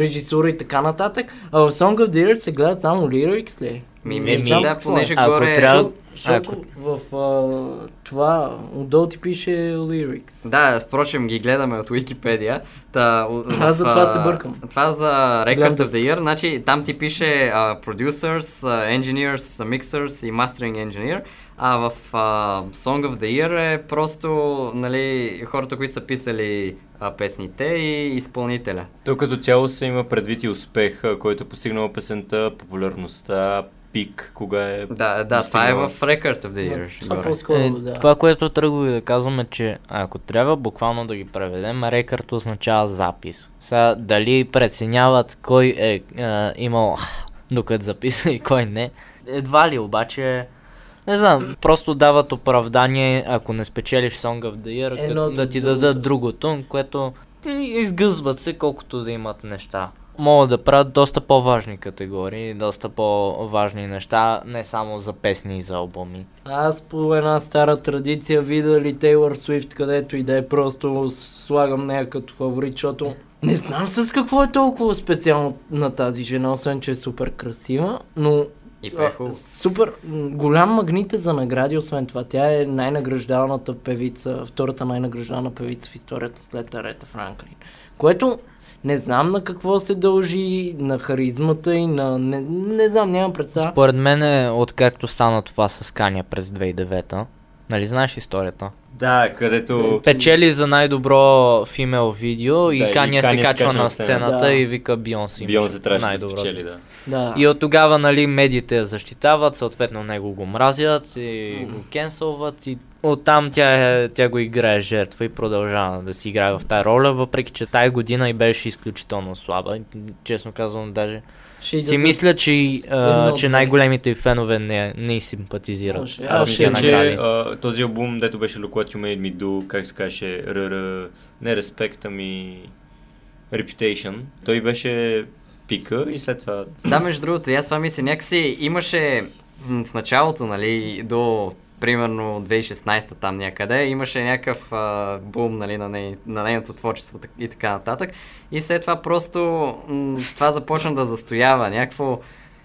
D: режисура и така нататък, а в Song of the Year се гледа само lyrics ли?
A: Ми,
D: Не
A: ми, ми,
D: знам
A: да,
D: какво е.
A: понеже
B: Ако
A: горе...
B: трябва-
D: Защото в а, това отдолу ти пише lyrics.
A: Да, впрочем ги гледаме от Википедия. Та, у-
D: Аз за
A: в,
D: това
A: а,
D: се бъркам.
A: Това за Record
D: Гледам
A: of the Year, значи там ти пише а, Producers, а, Engineers, а, Mixers и Mastering Engineer, а в а, Song of the Year е просто нали, хората, които са писали а, песните и изпълнителя.
C: То като цяло се има предвид и успех, а, който е постигнала песента, популярността, пик, кога е...
A: Да, да, това е
C: достигнала.
A: в Record of the Year.
D: Това
A: горе.
D: по-скоро,
B: Е,
D: да.
B: Това, което тръгваме да казваме, че ако трябва буквално да ги преведем, рекърд означава запис. Сега, дали преценяват кой е, е имал докато записа и кой не. Едва ли обаче, не знам, просто дават оправдание, ако не спечелиш Song of the Year,
D: Едно
B: като,
D: от
B: да ти
D: другото.
B: дадат другото, което м, изгъзват се колкото да имат неща. Могат да правят доста по-важни категории, доста по-важни неща, не само за песни и за албуми.
D: Аз по една стара традиция видя ли Тейлър Свифт, където и да е просто слагам нея като фаворит, защото не знам с какво е толкова специално на тази жена, освен че е супер красива, но
A: И пее
D: а,
A: хубаво.
D: супер м, голям магнит е за награди, освен това. Тя е най-награждаваната певица, втората най-награждавана певица в историята след Арета Франклин. Което не знам на какво се дължи, на харизмата и на... Не, не знам, нямам представа.
B: Според мен е откакто стана това с Каня през 2009-та. Нали знаеш историята?
C: Да, където...
B: Печели за най-добро фимел видео и
C: Да,
B: да,
C: и
B: Каня
C: Kanye
B: се
C: се
B: качва на сцената
D: Да.
B: и вика Бионси. имаше
C: Бионсе трябваше да
B: най-добро».
C: спечели, да.
D: Да.
B: И от тогава, нали, медиите я защитават, съответно него го мразят и го кенселват и оттам тя, е- тя го играе жертва и продължава да си играе в тази роля, въпреки че тая година и беше изключително слаба. И, Честно казвам, даже
D: Ще идат
B: си
D: от-
B: мисля, че,
D: е
B: и, а,
D: едно
B: че
D: от-
B: най-големите й фенове не, не й симпатизират.
D: Може.
B: с
D: Аз
C: Аз мисля,
B: тези
C: че
B: награди.
C: а, този албум, дето беше Look What You Made Me Do, как се каже, РР, не Respect, ами Reputation, той беше пика и след това...
A: Да, между другото, и аз това мисля, някакси имаше м, в началото, нали, до примерно 2016 там някъде, имаше някакъв а, бум, нали, на, ней, на нейното творчество так- и така нататък. И след това просто м- това започна да застоява, някакво...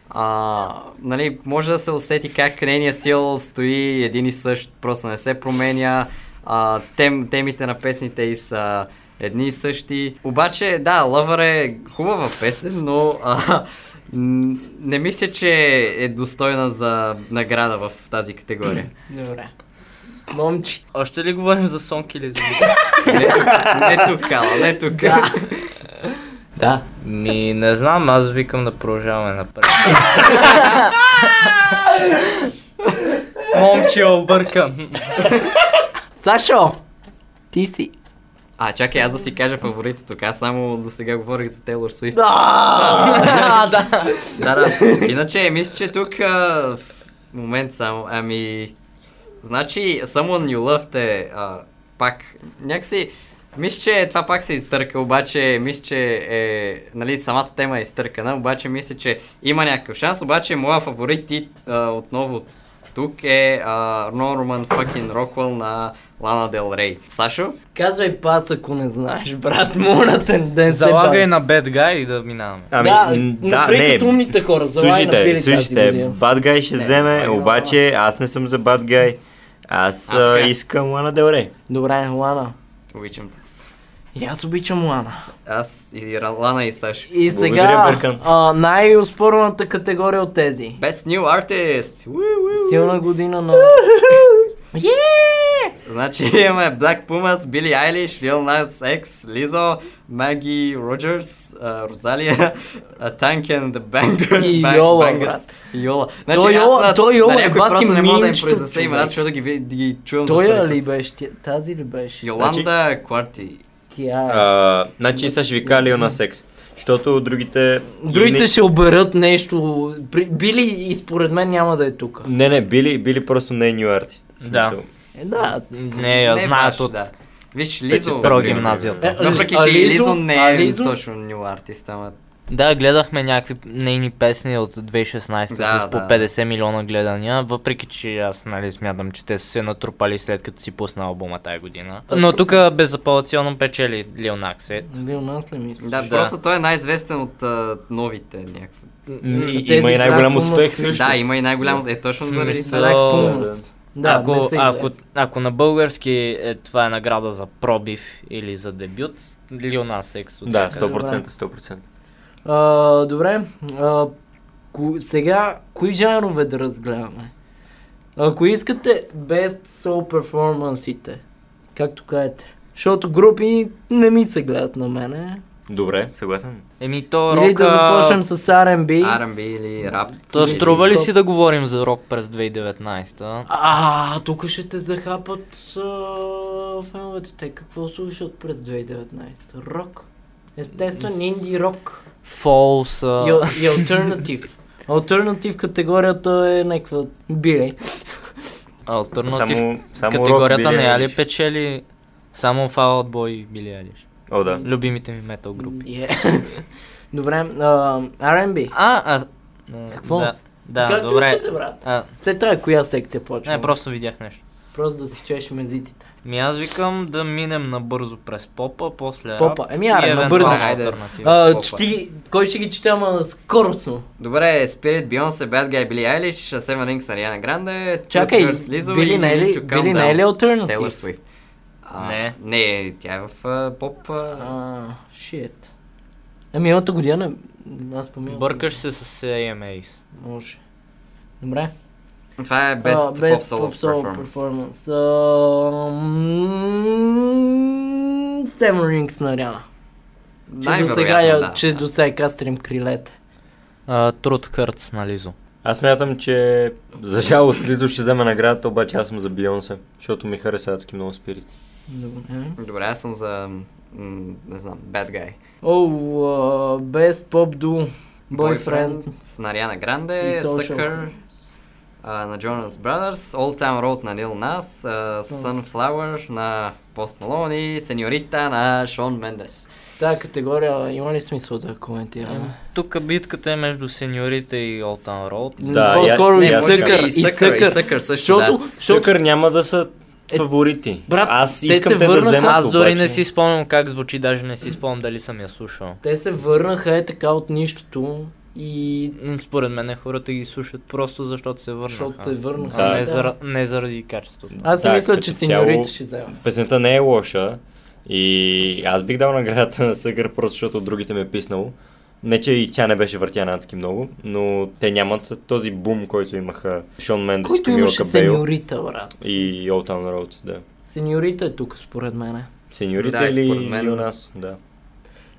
A: А, нали, може да се усети как нейният стил стои един и същ, просто не се променя. А, тем, темите на песните и са едни и същи. Обаче, да, Лъвър е хубава песен, но а, м, не мисля, че е достойна за награда в тази категория.
D: Добре. Момчи.
B: Още ли говорим за сонки или за
A: Не, не тук, Ала, не тук.
D: Да.
B: Ми, не знам, аз викам да продължаваме напред. Момче, объркам.
D: Сашо! Ти си.
A: А, чакай, аз да си кажа фаворитите тук. Аз само до сега говорих за Тейлор Суифт.
D: Да, да.
A: да, да. Иначе, мисля, че тук а, в момент само, ами... Значи, Someone You Loved е а, пак някакси... Мисля, че това пак се изтърка, обаче мисля, че е, нали, самата тема е изтъркана, обаче мисля, че има някакъв шанс, обаче моя фаворит и, а, отново тук е а, Norman fucking Rockwell на Лана Дел Рей. Сашо?
D: Казвай пас, ако не знаеш, брат. Моля те, да не се
B: Залагай
D: бави.
B: на Bad Guy и да минаваме.
C: Ами,
D: да,
C: м,
D: да, не. умните хора. Залагай на
C: Слушайте,
D: пили
C: слушайте,
D: тази година.
C: Bad Guy ще вземе,
D: Лана.
C: обаче аз не съм за Bad Guy. Аз
A: А,
C: а,
A: така.
C: искам Лана Дел Рей.
D: Добре, Лана.
A: Обичам те.
D: И аз обичам Лана.
A: Аз и Ра- Лана и Сашо.
D: И
C: Благодаря,
D: сега
C: Бъркан.
D: а, най-успорната категория от тези.
A: Best New Artist! Уи, уи, уи.
D: Силна година на... Е! Yeah!
A: Значи имаме Black Pumas, Билли Eilish, Lil Nas X, Лизо, Маги Роджерс, Розалия, Tank and the Banger,
D: И
A: Bang-
D: Йола,
A: Bangas.
D: брат.
A: И Йола. Значи
D: Той Йола-
A: аз на,
D: той
A: на
D: Йола е
A: някой
D: бати
A: просто не мога да им
D: минчето,
A: произнеса
D: човек.
A: имената, защото да ги, ви- да ги чувам за
D: Той е
A: първи
D: ли Значи-
A: път.
D: беше? Тя- Тази ли беше?
A: Йоланда Кварти.
D: Тя. е.
C: А, значи сега ще ви кажа Лил на секс. Защото другите...
D: Другите ще оберат нещо. При- Били и според мен няма да е тук.
C: Не, не, били, били просто не е нью артист. В
B: Да.
C: смисъл.
D: Е, да.
B: Не, я знаят
A: баш,
B: от
A: да. Виж,
C: Пети-
A: Лизо...
C: Прогимназията.
B: прогимназията.
D: Е,
A: Въпреки,
D: а
A: че
D: Лизо-
A: Лизо не
D: а
A: е
D: Лизо?
A: точно ню артист, ама
B: Да, гледахме някакви нейни песни от 2016
A: Да,
B: с по
A: да.
B: 50 милиона гледания, въпреки че аз нали, смятам, че те са се натрупали след като си пусна албума тази година. Но тук безапелационно печели Лил Наксе.
D: Лил Нас ли мислиш?
A: Да,
B: Да.
A: просто той е най-известен от а, новите някакви.
C: М, и-
D: Тези
C: Има и най-голям
D: кракомовски-
C: успех също.
A: Да, има и най-голям. Е, точно заради
B: Мисъл-
A: това.
D: Like
B: О,
D: Thomas. Да, не
B: ако,
D: са
B: ако,
D: известни.
B: ако на български е, това е награда за пробив или за дебют, Лил Нас Екс от
C: Е, Да,
B: всяка-
C: 100%, 100%.
D: А, добре. А, ко, сега, кои жанрове да разгледаме? Ако искате Best Soul Performance-ите, както кажете. Защото групи не ми се гледат на мене.
C: Добре, съгласен.
B: Еми то
D: Или да
B: рока...
D: започнем с R&B.
A: R&B или рап.
B: То
D: е
A: или-
B: струва ли си да говорим за рок през 2019?
D: А, тук ще те захапат а, феновете. Те какво слушат през 2019? Рок. Естествен инди рок.
B: Фолс...
D: И, и альтернатив. Альтернатив категорията е някаква биле.
B: Альтернатив
C: Само, само
B: Категорията
C: рок,
B: не я ли
C: Билли Айлиш.
B: печели само Fall Out Boy и Billie Eilish?
C: О, да.
B: Любимите ми метал групи.
D: Yeah. Е. Добре, а, R&B.
B: А, а... а,
D: Какво?
B: Да, да
D: Както
B: добре.
D: искате, брат.
B: А,
D: След това коя секция почва?
B: не, просто видях нещо.
D: Просто да си чуеш езиците.
B: Ми аз викам да минем набързо през попа, после
D: Попа. Еми, аре,
B: на
D: набързо.
A: Хайде.
B: альтернатива.
D: А,
A: попа.
D: ще ги- кой ще ги чете, ама скоростно?
A: Добре, Spirit, Beyoncé, Bad Guy, Billie Eilish, Seven Rings, Ariana Grande,
D: Чакай,
A: Two Girls, Lizzo
D: били
A: и
D: не е
A: Need
D: ли,
A: to Calm
D: били не
A: Down,
D: е ли
A: Taylor
D: альтернатив?
A: Swift. А,
B: Не.
A: Не, тя е в а, поп... а,
D: А, шит. Е, миналата година, аз помилвам.
B: Бъркаш се с AMAs.
D: Може. Добре.
A: Това е
D: А,
A: Best Pop Solo
D: Pop Solo
A: Performance.
D: Performance. А, м, Seven Rings на Ариана. Че до сега,
A: Най-вероятно,
D: я-
A: да.
D: е че
A: да.
D: до сега кастрим крилете.
B: А, нали, Труд Хъртс на Лизо.
C: Аз мятам, че за жалост Лизо ще вземе наградата, обаче аз съм за Бионса, защото ми хареса адски много спирит.
D: Добре.
A: Добре, аз съм за... м, не знам, Bad Guy.
D: О, а, Best Pop Duo. Boyfriend.
A: С на Ариана
D: и
A: Гранде,
D: Social
A: Sucker, а, на Jonas Brothers, Old Town Road на Lil Nas, а,
D: Sun-
A: Sunflower на Post Malone и Сеньорита на Шон Мендес.
D: Тая категория има ли смисъл да я коментираме?
B: Тук битката е между сеньорите и Old Town Road.
C: Да,
D: по-скоро
C: я-
D: и
C: я
D: Съкър,
C: така.
D: и Съкър.
A: и Съкър също,
D: Защото,
A: да.
D: защото
C: Шукър няма да са фаворити.
D: брат,
C: аз
D: те
C: искам
D: се
C: Е, те, да
D: върнаха.
C: вземат
B: Аз дори
C: обаче.
B: не си спомням как звучи, даже не си спомням дали съм я слушал.
D: те се върнаха е така от нищото и
B: М, Според мен хората ги слушат просто защото се върнаха.
D: защото се върнаха.
C: Да.
B: А не,
D: Да.
B: зара, не заради качеството.
D: Аз си
C: Да,
D: мисля,
C: като
D: че
C: цяло-
D: сеньорите ще вземат.
C: Песента не е лоша и аз бих дал наградата на Съгър, просто защото от другите ме е писнало. Не, че и тя не беше въртяна адски много, но те нямат този бум, който имаха Шон Мендес и
D: Който
C: Камила
D: имаше
C: Кабео
D: сеньорита, брат.
C: и Old Town Road, да.
D: Сеньорита е тук, според мене.
C: Сеньорите
A: Да, и
C: или,
A: според мен-
C: или у нас, да.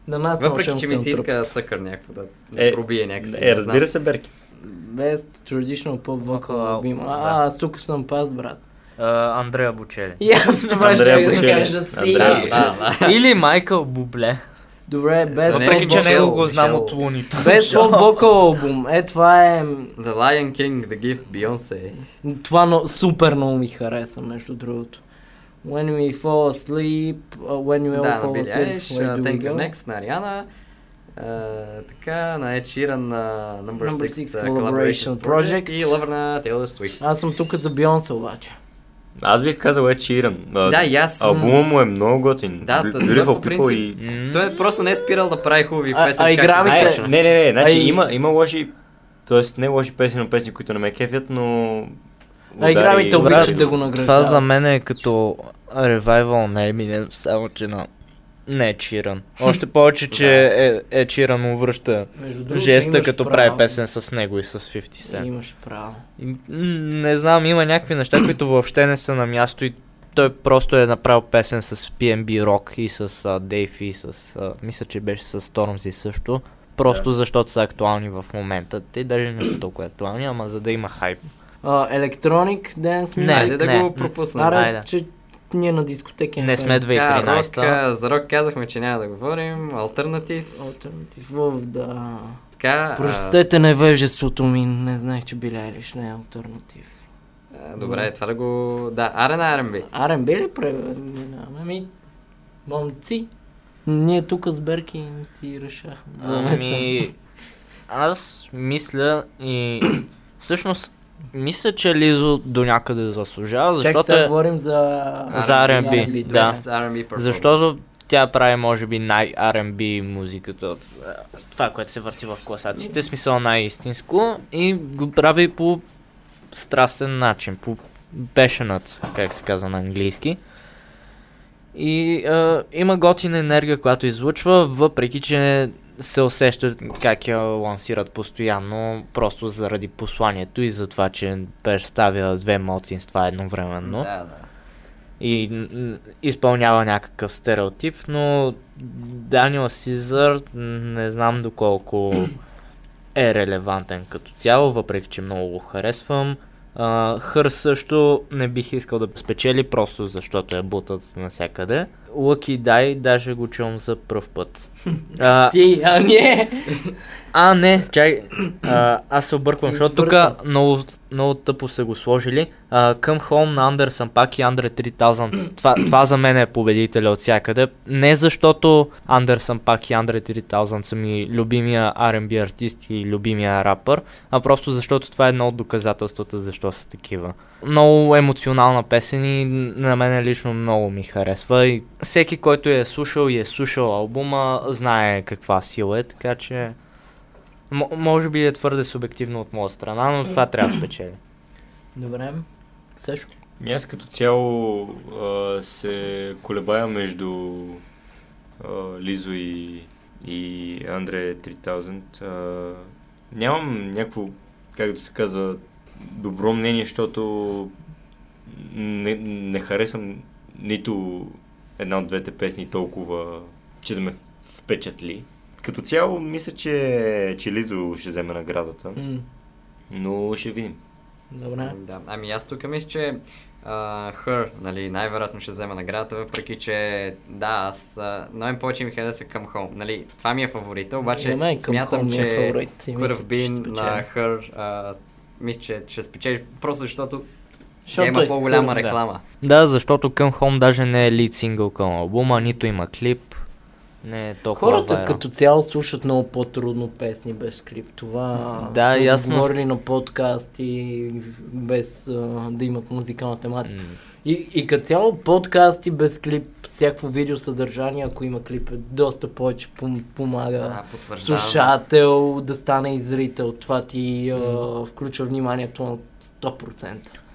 D: На нас
A: Въпреки,
D: още
A: че
D: му
A: ми
D: се
A: се
D: натрупа.
A: иска Съкър някакво да
C: Е,
A: пробие някакси.
C: Е, разбира се, Берки.
D: Best Traditional Pop Vocal
B: Vocal
D: Album.
B: album,
D: А, аз тук съм пас, брат.
B: А, Андрея Бучели.
D: И аз това
C: Андрея
D: ще да
C: Бочелли.
D: кажа си.
C: Андрея
A: Да,
C: Бочелли.
A: да, да.
B: Или Майкъл Бубле.
D: Добре, Best
A: Не, е
B: Въпреки,
D: Pop
B: че
A: Бушел,
B: него
D: Vocal.
B: го знам
A: Бушел.
B: от Лунито.
D: Best Pop Vocal Album. Е, това е...
A: The Lion King, The Gift, Beyoncé.
D: Това но, супер много ми хареса, между другото. When we fall asleep, uh, when we all
A: Да, на
D: fall
A: Билли
D: asleep,
A: Айлиш,
D: where do
A: uh,
D: we
A: Thank You
D: go?
A: Next на Ариана. а, така, на Ed Sheeran на
D: Number
A: Number 6
D: Six
A: uh,
D: Collaboration
A: Collaboration
D: Project.
A: Project и Lover на Taylor Swift.
D: Аз съм тук за Бионсе обаче.
C: Аз бих казал Ed Sheeran. А,
A: Да, и аз.
C: Албума му е много готин.
A: Да,
C: Бю-
A: то-
C: Beautiful
A: той по
C: People
A: принцип-
C: и...
A: Той е просто не е спирал да прави хубави
D: А-
A: песни.
D: а
A: както
D: играми
A: започна.
D: те-
C: Ай, не, не, не, значи
D: Ай.
C: има, има лоши... Тоест не лоши песни, но песни, които не ме кефят, но...
D: А и грамите
C: удари-
D: обичат да го
B: Това
D: награждават.
B: за мен е като ревайвал на Eminem, само че на... Не е чиран. Още повече, че е, е чиран му връща
D: Между другото,
B: жеста,
D: имаш
B: като
D: право.
B: прави песен с него и с 50 Cent.
D: Имаш право.
B: М, Не знам, има някакви неща, които въобще не са на място и той просто е направил песен с PNB Rock и с uh, Dave и с... а, мисля, че беше с Stormzy също. Просто защото са актуални в момента. Те даже не са толкова актуални, ама за да има хайп.
D: А, Electronic Dance Music.
B: Не,
A: Хайде да
B: не.
A: го пропуснем.
D: Аре,
B: айде.
D: че ние на дискотеки
B: Не сме
A: Така, рок,
B: 2013-та.
A: а, За рок казахме, че няма да говорим. Альтернатив.
D: Альтернатив. В, да.
A: Така. а,
D: Простете невежеството ми, не знаех, че Билли Айлиш не е альтернатив.
A: а, Добре, това да го... Да, Арена R&B.
D: R&B ли преминаваме? Ами, момци. Ние тук с Берки им си решахме.
B: Ами, аз мисля и всъщност мисля, че Лизо до някъде заслужава,
D: Чакай,
B: защото
D: сега
B: е,
D: говорим за...
B: За R&B,
A: R&B,
B: да.
A: тоест R&B performance.
B: защото тя прави може би най-R&B музиката от а, това, което се върти в класациите, в смисъл най-истинско и го прави по страстен начин, по passionate, как се казва на английски. И а, има готина енергия, която излъчва, въпреки че се усеща как я лансират постоянно, просто заради посланието и за това, че представя две малцинства едновременно
A: Да, да.
B: и н- н- изпълнява някакъв стереотип, но Даниел Сизър не знам доколко е релевантен като цяло, въпреки че много го харесвам. А, Хър също не бих искал да спечели, просто защото я бутат навсякъде. Лъки Дай даже го чувам за пръв път. А,
D: Ти, а не!
B: а, не, чай. А, аз се обърквам,
D: Ти
B: защото тук
D: сбъркам.
B: много, много тъпо са го сложили. А, към Home на Андерсън пак и Андре 3000. Това, това за мен е победителя от всякъде. Не защото Андерсън пак и Андре 3000 са ми любимия R&B артист и любимия рапър, а просто защото това е едно от доказателствата защо са такива. Много емоционална песен и на мен лично много ми харесва и всеки, който я е слушал и е слушал албума, знае каква сила е, така че... М- може би е твърде субективно от моя страна, но
D: Е.
B: това трябва да спечели.
D: Добре. Сешо.
C: Ми Аз като цяло а, се колебая между а, Лизо и, и Андре 3000. А, нямам някакво, както се казва, добро мнение, защото не, не харесвам нито една от двете песни толкова, че да ме впечатли. Като цяло, мисля, че, че Лизо ще вземе наградата,
D: М,
C: но ще видим.
D: Добре.
A: Да, ами аз тук мисля, че а, Her, нали, най-вероятно ще вземе наградата, въпреки че да, аз а, най повече ми хареса към Home. Нали, това ми е фаворита, обаче
D: На мен Come Home
A: смятам,
D: ми е
A: че
D: фаворит и мисля,
A: Could
D: че
A: have
D: ще
A: been на
D: спечели.
A: Her, а, мисля, че ще спечели, просто защото тя
D: Защото
A: има
D: е
A: по-голяма
D: Her, да.
A: реклама.
B: Да, защото към Home даже не е лид сингъл към албума, нито има клип. Не е толкова
D: Хората
B: вайрал.
D: като цяло слушат много по-трудно песни без клип. Това
B: Да,
D: сме го
B: ясно.
D: говорили на подкасти без а, да имат музикална тематика.
B: М.
D: И, и като цяло подкасти без клип, всяко видео съдържание, ако има клип, е доста повече пом- помага.
A: Да, потвърждавам.
D: слушател да стане и зрител. Това ти а, включва вниманието на 100%.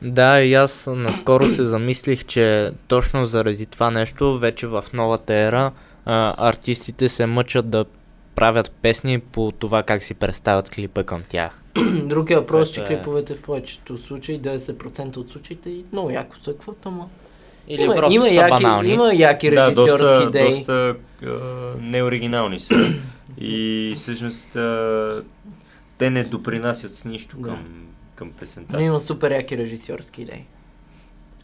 B: Да, и аз наскоро се замислих, че точно заради това нещо, вече в новата ера, а, артистите се мъчат да правят песни по това как си представят клипа към тях.
D: Другия въпрос, че
B: Което е-
D: клиповете в повечето случаи, 90% от случаите, и много яко са какво тама.
B: Или просто са
D: яки,
B: банални.
D: Има яки режисьорски
C: доста,
D: идеи.
C: доста а, неоригинални са. И всъщност а, те не допринасят с нищо
D: Да.
C: към, към песента. Е,
D: Но има супер яки режисьорски идеи.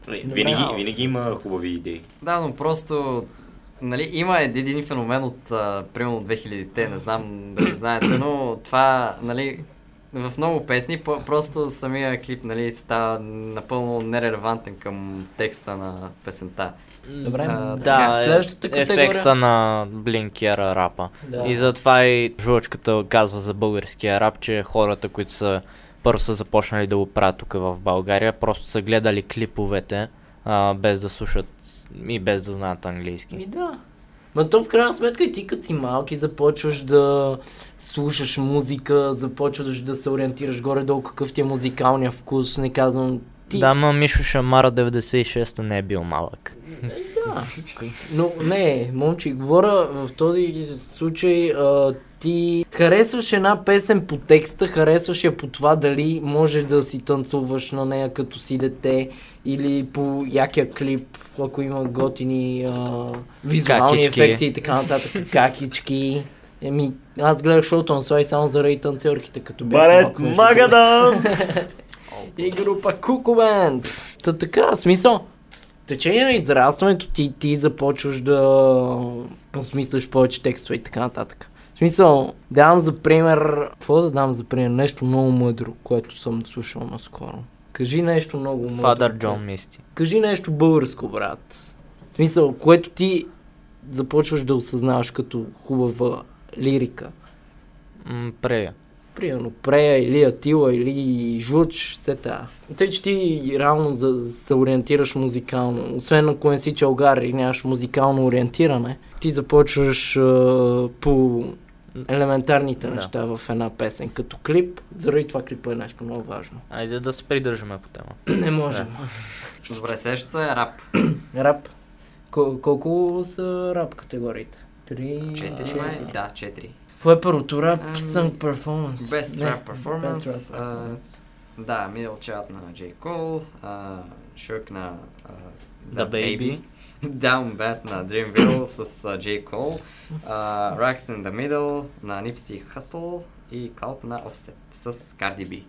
C: Винаги, винаги има хубави идеи.
A: Да, но просто нали, има един, един феномен от а, примерно 2000-те, не знам дали знаете, но това, нали, в много песни по- просто самия клип, нали, става напълно нерелевантен към текста на песента.
D: Добре,
A: А,
B: Да,
A: Така,
B: е,
D: следващата категория.
B: ефекта на блинкера рапа.
D: Да.
B: И затова и жлъчката казва за българския рап, че хората, които са първо са започнали да го правят тук в България, просто са гледали клиповете, а, без да слушат и без да знаят
D: Ми
B: английски.
D: Ами да. Ма то в крайна сметка и ти като си малки започваш да слушаш музика, започваш да се ориентираш горе-долу какъв ти е музикалния вкус, не казвам ти.
B: Да, ма Мишо Шамара 96-та не е бил малък.
D: Но не, момче, говоря в този случай а, ти харесваш една песен по текста, харесваш я по това дали може да си танцуваш на нея като си дете или по якия клип, ако има готини а, визуални
B: Какички.
D: ефекти и така нататък, какички. Еми, аз гледах шоуто на Слай само заради танцорките, като бях малък, между и група Кукумен. Та така, в смисъл. В течение на израстването ти, ти започваш да осмисляш повече текстове и така нататък. В смисъл, давам за пример, какво да дам за пример? Нещо много мъдро, което съм слушал наскоро. Кажи нещо много мъдро.
B: Фадър Джон Мисти.
D: Кажи нещо българско, брат. В смисъл, което ти започваш да осъзнаваш като хубава лирика?
B: М, Прея.
D: Примерно Прея или Атила или Жлъч, все тая. Тъй, че ти реално за, за- се ориентираш музикално. Освен ако не си чалгар и нямаш музикално ориентиране, ти започваш а, по елементарните
B: Да.
D: неща в една песен. Като клип, заради това клипа е нещо много важно.
B: Айде да се придържаме по тема.
D: Не можем.
A: Добре, следващото е рап.
D: Рап. Кол- колко са рап категориите? Три,
A: Четири,
D: четири.
A: май? Да, четири.
D: Какво е първото? Рап,
A: Ами,
D: сънг, перформанс.
A: Best
D: Не,
A: Rap Performance.
D: Best Rap
A: а, Да, Middle Child на J. Cole, а, Shook на а,
B: The Baby.
A: Down Bad на Dreamville с а, J. Cole, а, Racks in the Middle на Nipsey Hussle и Cloud на Offset с Cardi B.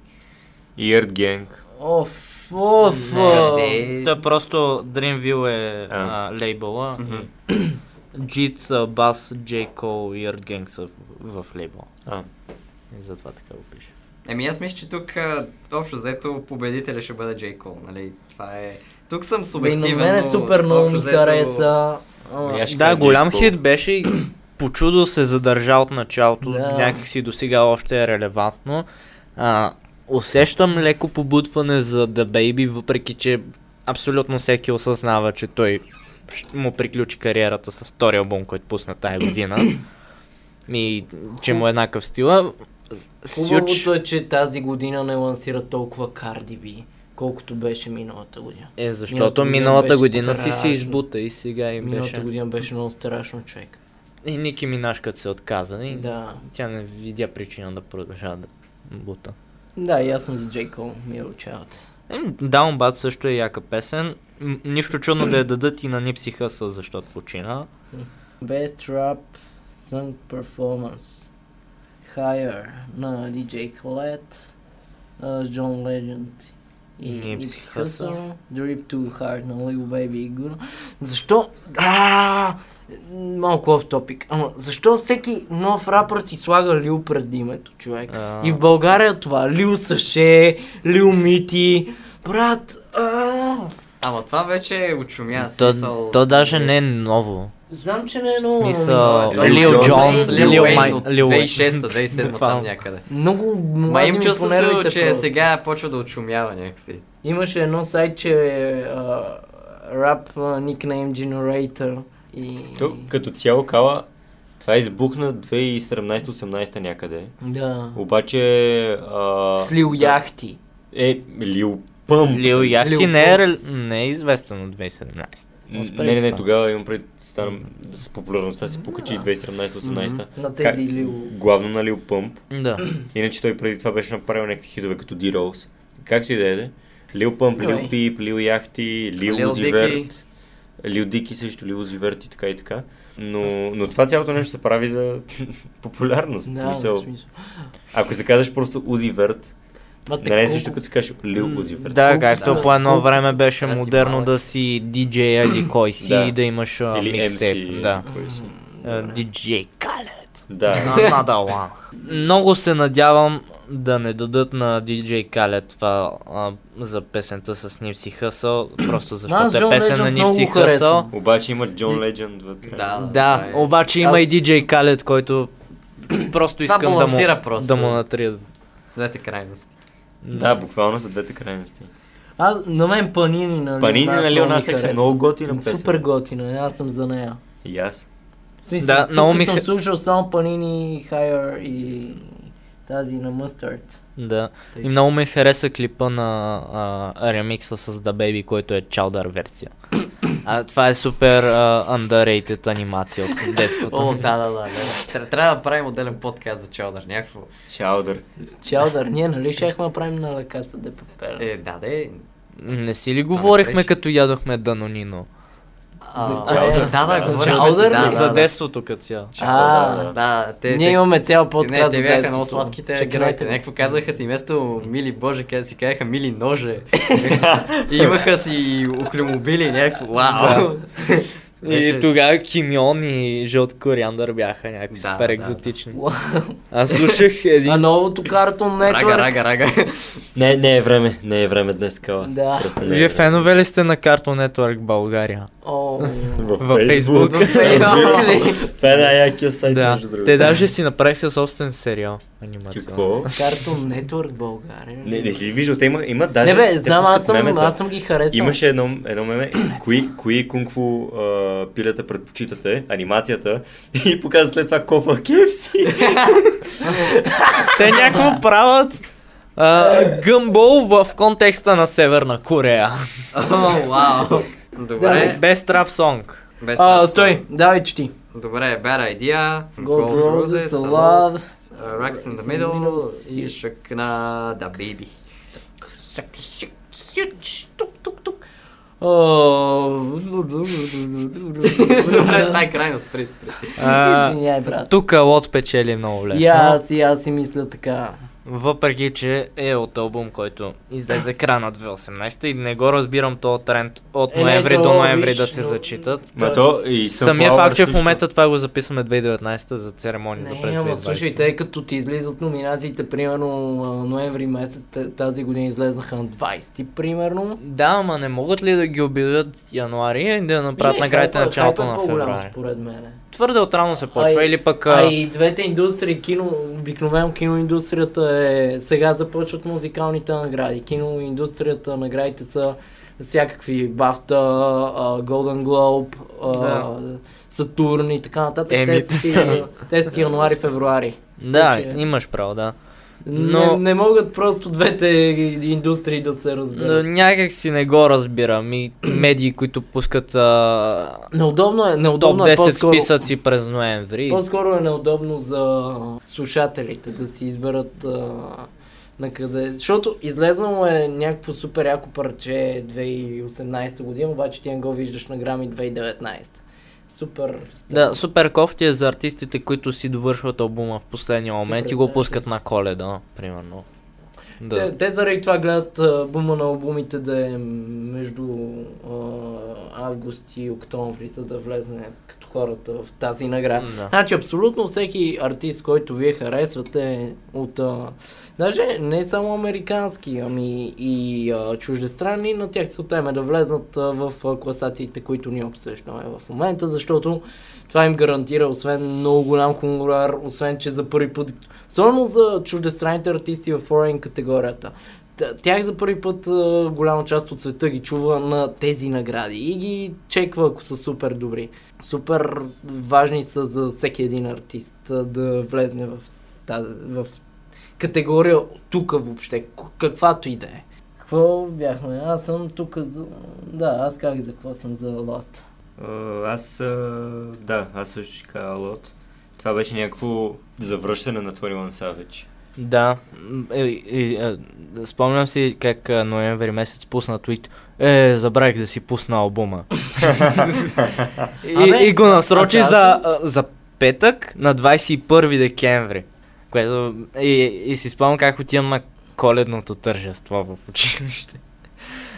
C: И Earth Gang.
D: Оф, оф.
B: Не,
D: а,
A: къде?
B: Той просто Dreamville е
C: А.
B: а, лейбъла.
A: Мгм.
B: Jits, Бас, J. Cole и Earth Gang са в, в лейбъла.
C: А.
B: И затова така го пише.
A: Еми аз мисля, че тук а, общо взето победителя ще бъде J. Cole, нали? Това е... Тук съм
D: Бе, на
A: субективен,
D: мен е
A: но
D: супер много
A: общо
D: ми
A: взето-
D: хареса. Ама,
C: Ами аз ще
B: Да,
C: кажа J.
B: голям
C: Cole.
B: хит беше и по чудо се задържа от началото,
D: Да.
B: някакси до сега още е релевантно. А, усещам леко побутване за The Baby, въпреки че абсолютно всеки осъзнава, че той щ- му приключи кариерата с втория албум, който пусна тая година. И че му е еднакъв стила. Сюч
D: Хубавото е, че тази година не лансира толкова Cardi B, колкото беше миналата година.
B: е,
D: миналата
B: защото
D: година
B: миналата
D: беше
B: година си си
D: страшно.
B: избута и сега им
D: Миналата
B: беше.
D: година беше много страшно човек.
B: И Ники Минашкът се отказа. И
D: Да.
B: Тя не видя причина да продължава да бута.
D: Да, и аз съм за J. Cole, Middle Child.
B: Ем, Down Bad също е яка песен. М, Нищо чудно да я дадат и на Nipsey Hussle, защото почина.
D: Best Rap Song Performance Higher на DJ Khaled, uh, John Legend и
B: Nipsey
D: Nipsey
B: Hussle.
D: Hussle, Drip Too Hard на Lil Baby и Gunna. Защо? А, малко оф топик. Ама защо всеки нов рапър си слага Лил пред името, човек?
B: А.
D: И в България това Лил Саше, Лил Мити, брат, а,
A: Ама това вече е очумя
B: То,
A: смисъл.
B: то даже не е ново.
D: знам, че не е
B: В
D: много.
B: смисъл,
D: ами,
C: Лил
B: Лил Джон,
C: Джонс,
A: Лил
B: Лил
A: Уейн
B: Май,
A: от
B: Лил Уейн.
A: 2006-2007 там
B: Буквално.
A: някъде.
D: Много
A: Ма
D: мразим
A: им чувството,
D: понервите
A: че
D: просто.
A: сега почва да очумява някакси.
D: Имаше едно сайт, че а, Rap а, Nickname Generator и...
C: То, като цяло кала, това избухна 2017-18 някъде.
D: Да.
C: Обаче... А,
D: Слил
C: да.
D: яхти.
C: Е, Лил Пъмп.
B: Лил Яхти
D: Лил
B: не е,
D: Пъмп.
B: рел- не е известен от 2017.
C: М,
B: Успели
C: Не, не,
B: са.
C: не, тогава имам пред стана с популярността си покачи 2017-18.
D: На тези Лил...
C: Главно на Лил Пъмп.
B: Да.
C: Иначе той преди това беше направил някакви хитове като D-Rose. Както и да е, де. Лил Пъмп, Лил
D: Ой.
C: Пип, Лил Яхти,
A: Лил
C: Лил
A: Дики.
C: Зиверт. Лил Дики също, Лил Зиверт и така и така. Но, но това цялото нещо се прави за популярност. в
D: Да, смисъл.
C: смисъл, ако се казваш просто Узи Верт,
D: Ма, те
C: не е
D: колко-
C: също като се кажеш Лил Узи Верт.
B: Да,
D: Колко-
B: както
D: да.
B: по едно
D: Колко-
B: време беше
A: да си
B: модерно
A: малък.
B: да си DJ или кой си
C: Да.
B: и да имаш а,
C: Или
B: микстейп.
C: MC.
B: Да.
C: кой си.
B: А, DJ Khaled.
C: Да.
B: Another one. Много се надявам да не дадат на DJ Khaled това а, за песента с Nipsey Hussle, просто
D: Аз
B: защото е
D: John
B: песен на
D: Legend много
B: Nipsey
D: го харесвам.
B: Hussle.
C: Обаче има Джон Ледженд вътре.
A: Да,
B: Да,
A: това е-
B: обаче има и
D: Аз-
B: DJ Khaled, който просто
A: Това
B: искам да му,
A: балансира просто.
B: да му натрият.
A: Двете крайности.
C: Да, буквално са двете крайности.
D: А, на мен панини на Лил
C: Панини на Лил
D: много ми
C: Нас Екс е
D: харесва.
C: много готина песен.
D: Супер готина, аз съм за нея.
C: И аз.
D: В Смисъл,
B: Да,
D: тук
B: много ми
D: съм
B: ха-
D: слушал само панини, Higher и тази на Mustard.
B: Да.
D: Тъй,
B: И
D: че-
B: много ми хареса клипа на а, ремикса с The Baby, който е чалдар версия. А, това е супер а, underrated анимация от детството.
A: О, да, да, да. да. Тря- Трябва да правим отделен подкаст за Чалдър. Някакво.
C: Чаудър.
D: Чалдър, ние нали щяхме да правим на лакаса де папел?
A: Е, да, де.
B: Не си ли говорихме
A: пречи.
B: като ядохме Данонино?
A: А,
D: За Чалдър?
A: е, Да, да,
D: За
A: говорихме си,
D: Чалдър
A: да,
D: ли?
A: да,
B: за
A: да.
B: детството като цяло.
D: А,
A: Да, да, те,
D: Ние
A: те-
D: имаме цял подкаст
A: не, те
D: за
A: бяха
D: детството.
A: много сладките
D: Чакайте.
A: героите. Някакво казаха си вместо мили боже, къде си казаха мили ноже. и имаха си охлюмобили, някакво. Вау!
B: И
A: Беше-
B: тогава кимион и жълт кориандър бяха някакви
A: Да,
B: супер
A: да, да.
B: екзотични. Аз слушах един...
D: А новото Cartoon
A: Рага,
D: Network.
A: рага, рага.
C: Не, не е време, не е време днес, Кала.
D: Да.
C: Просто не е време.
B: Вие фенове ли сте на Cartoon Network България?
D: О,
B: Във Фейсбук.
D: Фейсбук нали? ли?
C: Това е най-якия сайт,
B: Да.
C: между другото.
B: Те даже си направиха собствен сериал. Анимационен.
C: Какво?
D: Cartoon Network България.
C: Не, не си ли виждал, те има, има даже...
D: Не бе,
C: те
D: знам,
C: пускат
D: аз съм,
C: мемета.
D: аз съм ги харесал.
C: Имаше едно, едно меме, кои, кои кунг-фу а, пилета предпочитате, анимацията, и показва след това кофа KFC.
B: Те някакво правят а, гъмбол в контекста на Северна Корея.
A: О, вау. Добре.
B: Без трап сонг.
A: Без
D: А,
A: тази-
D: той, давай чети.
A: Добре, Bad Idea,
D: Gold
A: Gold
D: Roses,
A: Roses,
D: a
A: a
D: lot,
A: lot, uh, Rocks in the Middle и Shook на The Baby. Добре, това е крайно, спри, спри.
B: А,
D: Извиняй, брат.
B: Тук Лот печели много
C: е
B: лесно.
D: И аз, и аз си мисля така.
B: Въпреки, че е от албум, който излезе края на 2018 и не го разбирам този тренд от
D: Е, не,
B: ноември
D: то,
B: до ноември
D: виж,
B: да се
D: но-
B: зачитат.
C: Ма то и
B: Самия
C: Sunflower
B: факт, че в
C: също.
B: момента това го записваме 2019 за церемония за
D: Не, ама слушай,
B: през 2020.
D: тъй като ти излизат номинациите, примерно а, ноември месец т- тази година излезнаха на 20 примерно.
B: Да, ама не могат ли да ги обявят януари и да направят
D: Не,
B: наградите
D: хайпа-
B: началото
D: хайпа е
B: на
D: по-голям,
B: февруари?
D: Според мене.
B: Твърде отрано се почва
D: Ай,
B: или пък...
D: А
B: а,
D: и двете индустрии, кино, обикновено киноиндустрията е... Сега започват музикалните награди. Киноиндустрията наградите са всякакви. Бафта, а, Golden Globe, а,
B: Да.
D: Сатурн и така нататък. Те
B: Еми,
D: са ти- Те са ти януари-февруари.
B: Да,
D: Вече-
B: имаш право, да.
D: Но... Не,
B: Но-
D: не могат просто двете индустрии да се разберат.
B: Но някак си не го разбирам и медии, които пускат а,
D: Неудобно е,
B: топ
D: неудобно е
B: 10
D: по-скоро,
B: списъци през ноември.
D: по-скоро е неудобно за слушателите да си изберат а, на къде. Защото излезнало е някакво супер яко парче 2018 година, обаче ти не го виждаш на грами 2019. Супер.
B: Да, супер кофти е за артистите, които си довършват албума в последния момент и го
D: представяш
B: пускат на коледа, примерно. Да.
D: Те, те заради това гледат а, бума на албумите да е между а, август и октомври, за да влезне като хората в тази награда.
B: Да.
D: Значи абсолютно всеки артист, който вие харесвате от... А, даже не само американски, ами и а, чуждестранни, на тях се отнеме да влезнат а, в а, класациите, които ние обсъждаме в момента, защото това им гарантира, освен много голям хонорар, освен че за първи път, особено за чуждестранните артисти в foreign категорията, Т- тях за първи път а, голяма част от света ги чува на тези награди и ги чеква, ако са супер добри. Супер важни са за всеки един артист а, да влезне в, тази, в категория тук въобще, к- каквато и да е. Какво бяхме? Аз съм тук за... Да, аз как за какво съм за лот.
C: А, Аз, а, да, аз също ще кажа Лот. Това беше някакво завръщане на 21 Savage.
B: да. М, Е, е, е, спомням си как а, ноември месец пусна твит. Е, забравих да си пусна албума. и,
D: Абе,
B: и го насрочи
D: а
B: за, а, за петък на 21 декември. Което, и, и си спомням как отивам на коледното тържество в училище.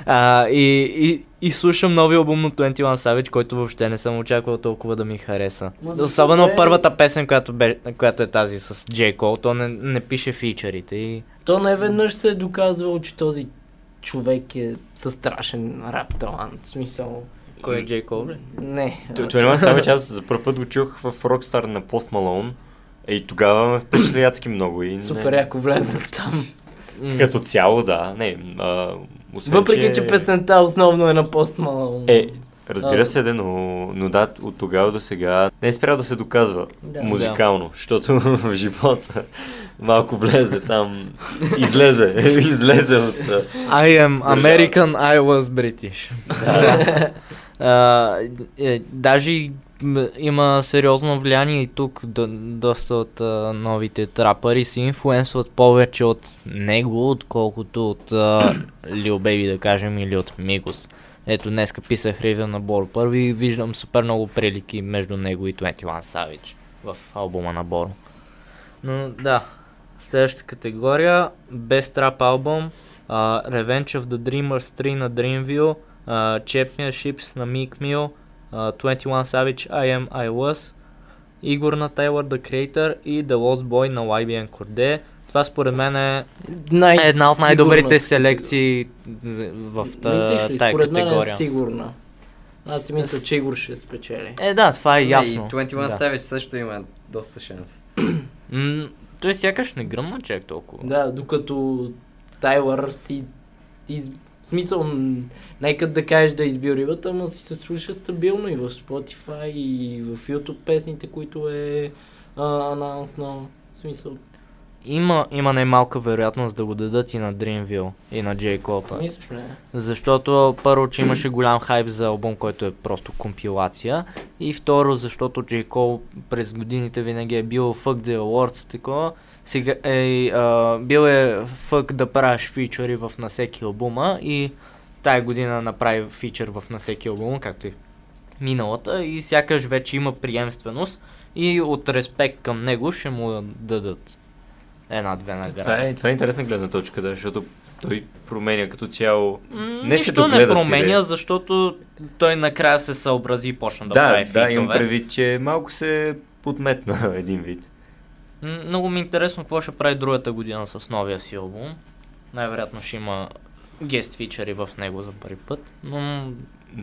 B: А, и, и, и слушам нови албум на 21 Savage, който въобще не съм очаквал толкова да ми хареса.
D: Ма защо е?
B: Особено
D: бе?
B: първата песен, която, бе, която е тази с J. Cole, то не, не пише фичерите и...
D: То не веднъж се е доказвало, че този човек е със страшен рап талант. В смисъл...
B: Кой е J. Cole, бе?
D: Не. а,
C: 21 Savage аз за първ път го чух в Rockstar на Post Malone. Е, И тогава ме впечатли адски много. И не-
D: Супер яко влезнат там.
C: Като цяло, да. Не, а, освен,
D: Въпреки, че песента основно е на пост Малон.
C: Е, разбира
D: Да.
C: се, да, но, но да, от тогава до сега не е спрял да се доказва
D: Да.
C: музикално, защото в живота малко влезе там, излезе, излезе от... а,
B: I am
C: Държавата.
B: American, I was British. А, е, Даже и, м, има сериозно влияние и тук до- доста от а, новите трапъри се инфлуенсват повече от него, отколкото от а, Lil Baby, да кажем, или от Migos. Ето днеска писах ревю на Боро първи и виждам супер много прелики между него и 21 Savage в албума на Боро. Но да, следващата категория, Best Trap Album, а, Revenge of the Dreamers 3 на Dreamville, а, Championships на Meek Mill, а, 21 Savage, I Am, I Was, Игор на Taylor The Creator и The Lost Boy на YBN Cordae. Това според мен е
D: Най-
B: една от най-добрите
D: сигурната.
B: селекции в
D: Мислиш ли?
B: тази
D: Според мен е
B: категория.
D: сигурна. Аз си мисля,
B: С-
D: че Игор ще спечели.
B: Е, да, това е ясно.
A: И 21
B: да.
A: Ами, Savage също има доста шанс.
B: М, той сякаш не гръмна чак толкова.
D: Да, докато Тайлър си... Из... В смисъл, м, нека да кажеш да избил рибата, ама си се слуша стабилно и в Spotify, и в YouTube песните, които е а, анонснал. В смисъл,
B: Има, има най-малка вероятност да го дадат и на Dreamville и на J. Cole.
D: мисля, че не.
B: Защото първо, че имаше голям хайп за албум, който е просто компилация. И второ, защото J. Cole през годините винаги е бил Fuck the Awards, такова. Сега е, а, бил е Fuck да правиш фичъри в на всеки албума и тая година направи фичър в на всеки албум, както и миналата. И сякаш вече има приемственост и от респект към него ще му дадат една-две награди.
C: Това е, това е интересна гледна точка, да, защото той променя като цяло.
B: М,
C: Не се
B: Нищо не
C: догледа си,
B: променя,
C: бе.
B: защото той накрая се съобрази и почна да,
C: Да,
B: прави
C: да,
B: фитове.
C: имам предвид, че малко се подметна един вид.
B: М, Много ми е интересно какво ще прави другата година с новия си албум. Най-вероятно ще има гест фичери в него за първи път, но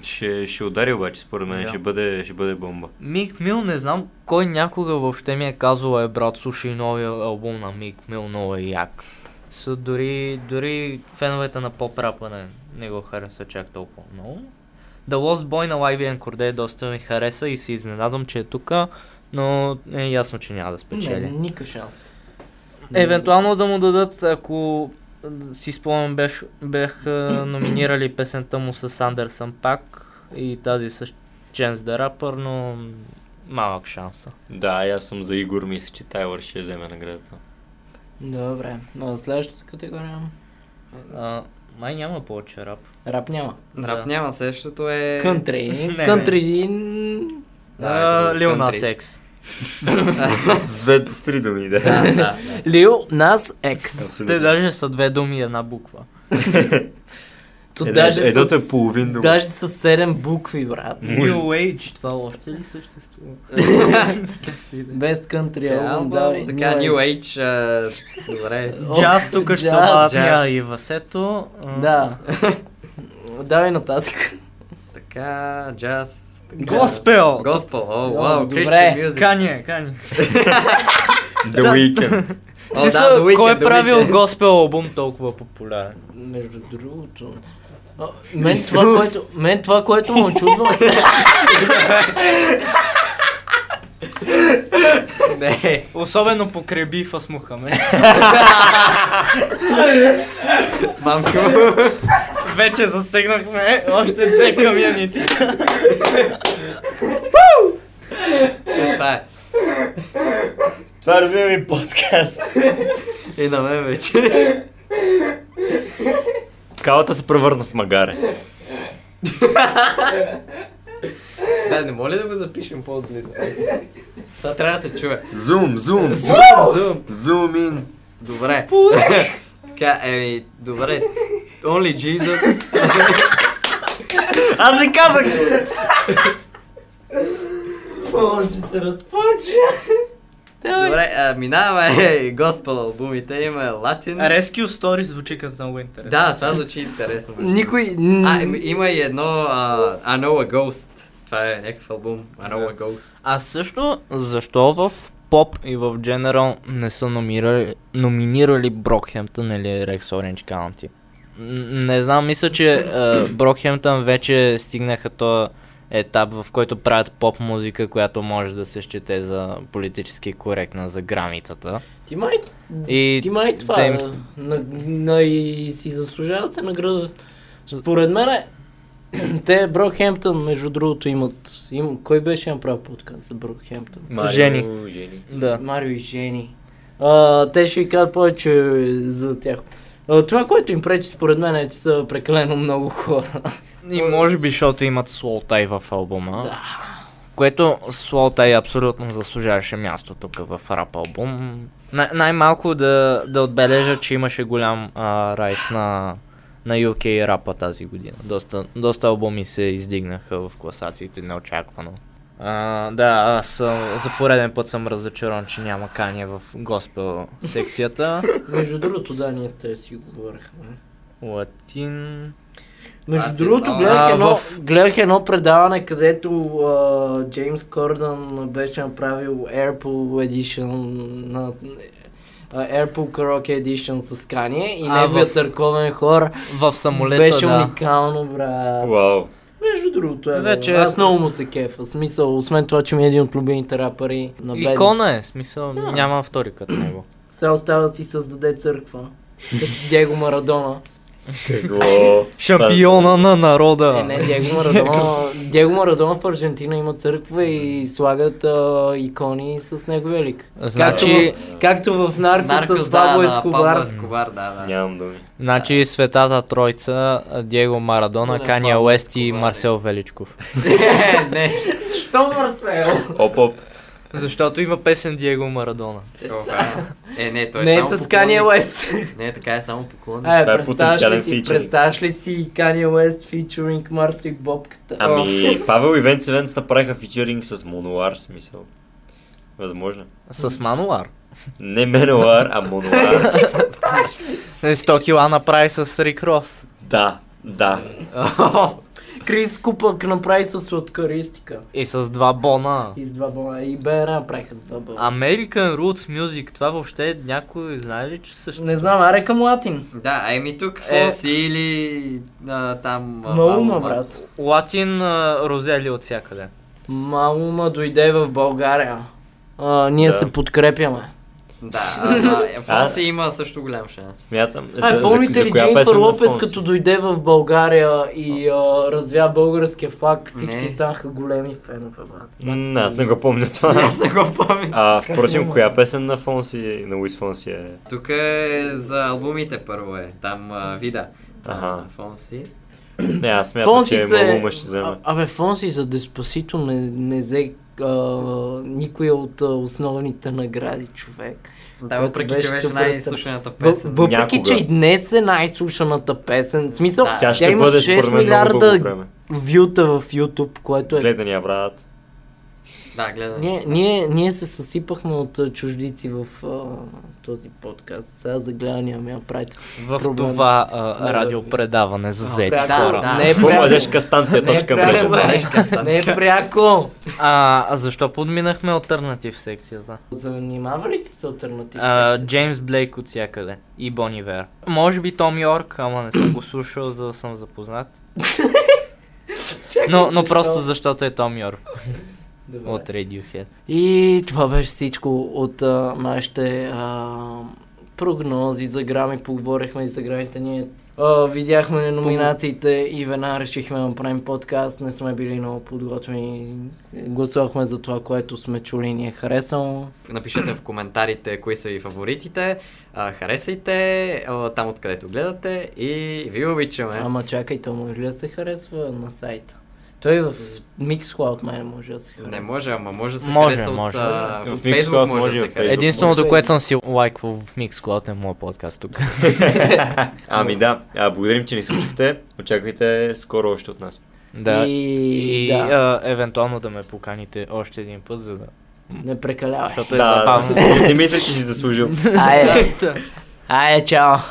C: Ще, ще удари обаче, според мен,
B: Да.
C: ще, бъде, ще бъде бомба.
B: Мик Мил не знам кой някога въобще ми е казал, е брат, слушай новия албум на Мик Мил, много е як. Са, дори, дори феновете на поп-рапа не, не го харесват чак толкова много. The Lost Boy на YBN Cordae доста ми хареса и се изненадвам, че е тука, но е ясно, че няма да
D: не.
B: спечели.
D: Никакъв шанс.
A: Нали?
B: Евентуално да му дадат, ако а, си спомням, бех, бех а, номинирали песента му с Андерсън пак и тази с Chance the Rapper, но м, малък шанса.
C: Да, и аз съм за Игор, мисля, че Тайлър ще вземе наградата.
D: Добре, но следващата категория.
B: А, май няма повече рап.
D: Рап няма.
A: Рап
B: Да.
A: няма, същото е...
D: Кънтри.
B: Не, не.
D: Кънтри.
A: Да, ето го,
B: Лил на
A: country.
B: секс.
C: с, две, с три думи, да.
A: Да, да, да.
D: Лил Нас Екс.
C: Абсолютно.
B: Те даже са две думи и една буква.
D: То
C: Е,
D: даже
C: да, едното
D: с-
C: е половин дума.
D: Даже с 7 букви, брат.
B: New Age, това още ли съществува? Както и да е.
D: Без кънтри
A: Така,
D: албум,
A: албум,
D: да. е и
A: Така, New Age, а, добре.
B: Джаз тук ще се
D: джаз,
B: обадня
A: джаз.
B: и Васето. а,
D: Да. Давай нататък.
A: Така, джаз.
B: Госпел!
A: Госпел, о,
D: О,
A: вау,
D: добре.
A: Christian music.
B: Кание, кание.
C: The Weeknd.
A: О, да,
B: Смисъл,
A: The Weeknd,
B: кой е
A: The
B: правил
A: Weeknd.
B: госпел албум толкова популярен?
D: Между другото... а, Мен това, което, мен това, което му очудва...
A: Не,
B: Особено покрай бифа с Мухамед.
A: мамко.
B: Вече засегнахме още две камионици.
A: Това е.
C: Това е любимия ми подкаст.
A: И на мен вече.
C: Калата се превърна в магаре.
A: Да, не моля да го запишем по-близо. Това трябва да се чуе.
C: Зум, зум,
A: Зум.
C: зум ин.
A: Добре. Така, еми, добре. Only Jesus.
C: Аз ви казах!
D: Може се разплача.
A: Добре, а, минаваме госпел албумите. Има Латин.
B: Rescue Story звучи като много интересно.
A: Да, това звучи интересно.
D: Никой...
A: А, им- има и едно а, I Know a Ghost. Това е някакъв албум. I Know a Ghost.
B: А също, защо в поп и в General не са номинирали, номинирали Брокхемптън или Rex Orange County? М, Не знам, мисля, че е, Брокхемптън вече стигнаха този етап, в който правят поп музика, която може да се счете за политически коректна за границата.
D: Ти май...
B: И
D: Ти май това...
B: да им с-
D: На, на, и си заслужава да се наградат. Според мен е... Те Брокхемптън, между другото, имат... Им, кой беше направил подкаст за Брокхемптън?
B: Жени.
C: Жени.
B: Да.
D: Марио и Жени. А, те ще ви кажат повече за тях. А, това, което им пречи според мен е, че са прекалено много хора.
B: И може би, защото имат Слоутай в албума.
D: Да.
B: Което Слоутай абсолютно заслужаваше място тук в рап албум. Най- най-малко да, да отбележа, че имаше голям а, райс на на UK рапа тази година. Доста, доста албуми се издигнаха в класациите неочаквано. А, да, аз съм, за пореден път съм разочарован, че няма Кания в госпел секцията.
D: Между другото, да, ние с те си говорихме.
B: Латин...
D: Между
A: А, ти-
D: другото,
A: а,
D: гледах
B: а,
D: едно,
B: в-
D: гледах едно предаване, където а, Джеймс Кордън беше направил Airpool Edition на а, Airpool Karaoke Edition с Кание и
B: А,
D: неговият
B: в-
D: църковен хор
B: В самолета,
D: беше
B: да.
D: уникално, брат.
C: Вау.
D: Между другото, е,
B: Вече
D: Вече...
B: е-
D: аз много му се кефа. В Смисъл, освен това, че ми е един от любимите рапъри на бед.
B: Икона е, смисъл, няма втори като него.
D: Сега остава да си създаде църква. Като Диего Марадона.
C: Какво?
B: Шампиона на народа.
D: Е, не, Диего Марадона. Диего Марадона в Аржентина има църква и слагат а, икони с него велик.
B: Значи,
D: Както в, както в нарко,
A: Наркос,
D: с Пабло
A: да, да,
D: Ескобар.
A: Пабло Ескобар, да, да.
C: Нямам думи.
B: значи Светата Тройца, Диего Марадона,
A: Пълен
B: Кания
A: Павло
B: Уест и
A: Ескобар,
B: Марсел Величков.
A: Не, не.
D: Защо Марсел?
C: Оп, оп.
B: Защото има песен Диего Марадона.
A: Оха. Е, не, той е
D: Не е
A: само
D: с
A: поклонник.
D: Кания Уест.
A: Не, така е само поклонник.
C: Това
D: Е,
C: е
D: представяш ли
C: потенциален
D: си,
C: фичеринг.
D: представяш ли си Кания Уест фичуринг Марсо и Бобката?
C: Ами, Павел и Венц Венц направиха фичеринг с Монуар, смисъл. Възможно.
B: С Мануар.
C: Не Менуар, а Монуар.
B: 100 Е, кила направи с Рик Рос.
C: да, да.
D: Крис Купък направи с сладкаристика.
B: И с два бона.
D: И с два бона. И БНА направиха с два бона.
B: American Roots Music, това въобще някой знае ли, че също?
D: Не знам, аре към латин.
A: Да, а еми тук
D: Е.
A: е... си или а, там... а,
D: Малума,
A: Павлова.
D: брат.
B: Латин а, розели от всякъде.
D: Малума дойде в България. А, ние
C: Да.
D: се подкрепяме.
A: Да, ама Фонси има също голям шанс.
C: Смятам.
D: А, помните ли Дженнифър
C: песен на
D: Лопес
C: Фонси?
D: като дойде в България и а, развя българския флаг, всички
A: Не.
D: станаха големи фенове, брат.
C: М, Аз не го помня това.
A: Аз не го помня.
C: А, впрочем, коя песен на Фонси, на Уис Фонси е?
A: Тук е за албумите първо е. Там а, Вида.
C: Аха.
A: Фонси.
C: Не, аз смятам,
D: Фонси
C: че
D: се...
C: Малума ще вземе.
D: А, абе, Фонси за Деспасито не, не взе а, никоя от а, основните награди, човек.
A: Да,
D: Което
A: въпреки,
D: беше
A: че беше
D: супер
A: най-слушаната
D: В,
A: песен.
D: въпреки,
C: Някога.
D: че и днес е най-слушаната песен, в смисъл,
A: Да.
C: Тя ще
D: има
C: бъде
D: 6
C: според мен много дълго
D: милиарда
C: време.
D: вюта в YouTube, което е...
C: Гледания, брат.
A: Да, гледам.
D: Ние, ние, ние се съсипахме от а, чуждици в а, този подкаст. Сега за гледания ми я правите.
B: В
D: Проблем.
B: това а,
D: Да,
B: радиопредаване за заети
D: пряко.
B: хора.
A: Да.
D: Не е пряко.
C: По-младежка станция,
D: Не е
C: точка мрежа.
D: пряко,
C: брат.
D: бе. Не е пряко.
B: А, а защо подминахме альтернатив секцията?
D: Занимава ли се с альтернатив?
B: А,
D: секс?
B: Джеймс Блейк от всякъде. И Бони Вер. Може би Том Йорк, ама не съм го слушал, за да съм запознат. Но, но
D: защо?
B: просто защото е Том Йорк
D: Добре.
B: от Radiohead.
D: И това беше всичко от а, нашите а, прогнози за грами. Поговорихме и за грамите. Ние а, видяхме номинациите и веднага решихме да направим подкаст. Не сме били много подготвени. Гласувахме за това, което сме чули и ни е харесало.
A: Напишете в коментарите кои са ви фаворитите. А, харесайте а, там откъдето гледате и ви обичаме.
D: Ама чакай, то може ли да се харесва на сайта? Той в Mixcloud май не може да се харесва.
A: Не а може, ама може да се
B: Може,
A: хареса
B: може.
A: от, а,
C: В
A: от
C: Mixcloud
A: Facebook може
C: може,
A: да се
C: в
A: хареса.
C: Facebook.
B: Единственото,
D: може.
B: което съм си лайквал в Mixcloud е моят подкаст тук.
C: Ами да, а, благодарим, че ни слушахте. Очаквайте скоро още от нас.
B: Да. И,
D: И, да,
B: а, евентуално да ме поканите още един път, за да...
D: не прекалявай.
B: Защото е забавно.
C: не мисля, че си заслужил.
D: Айде, айде, чао.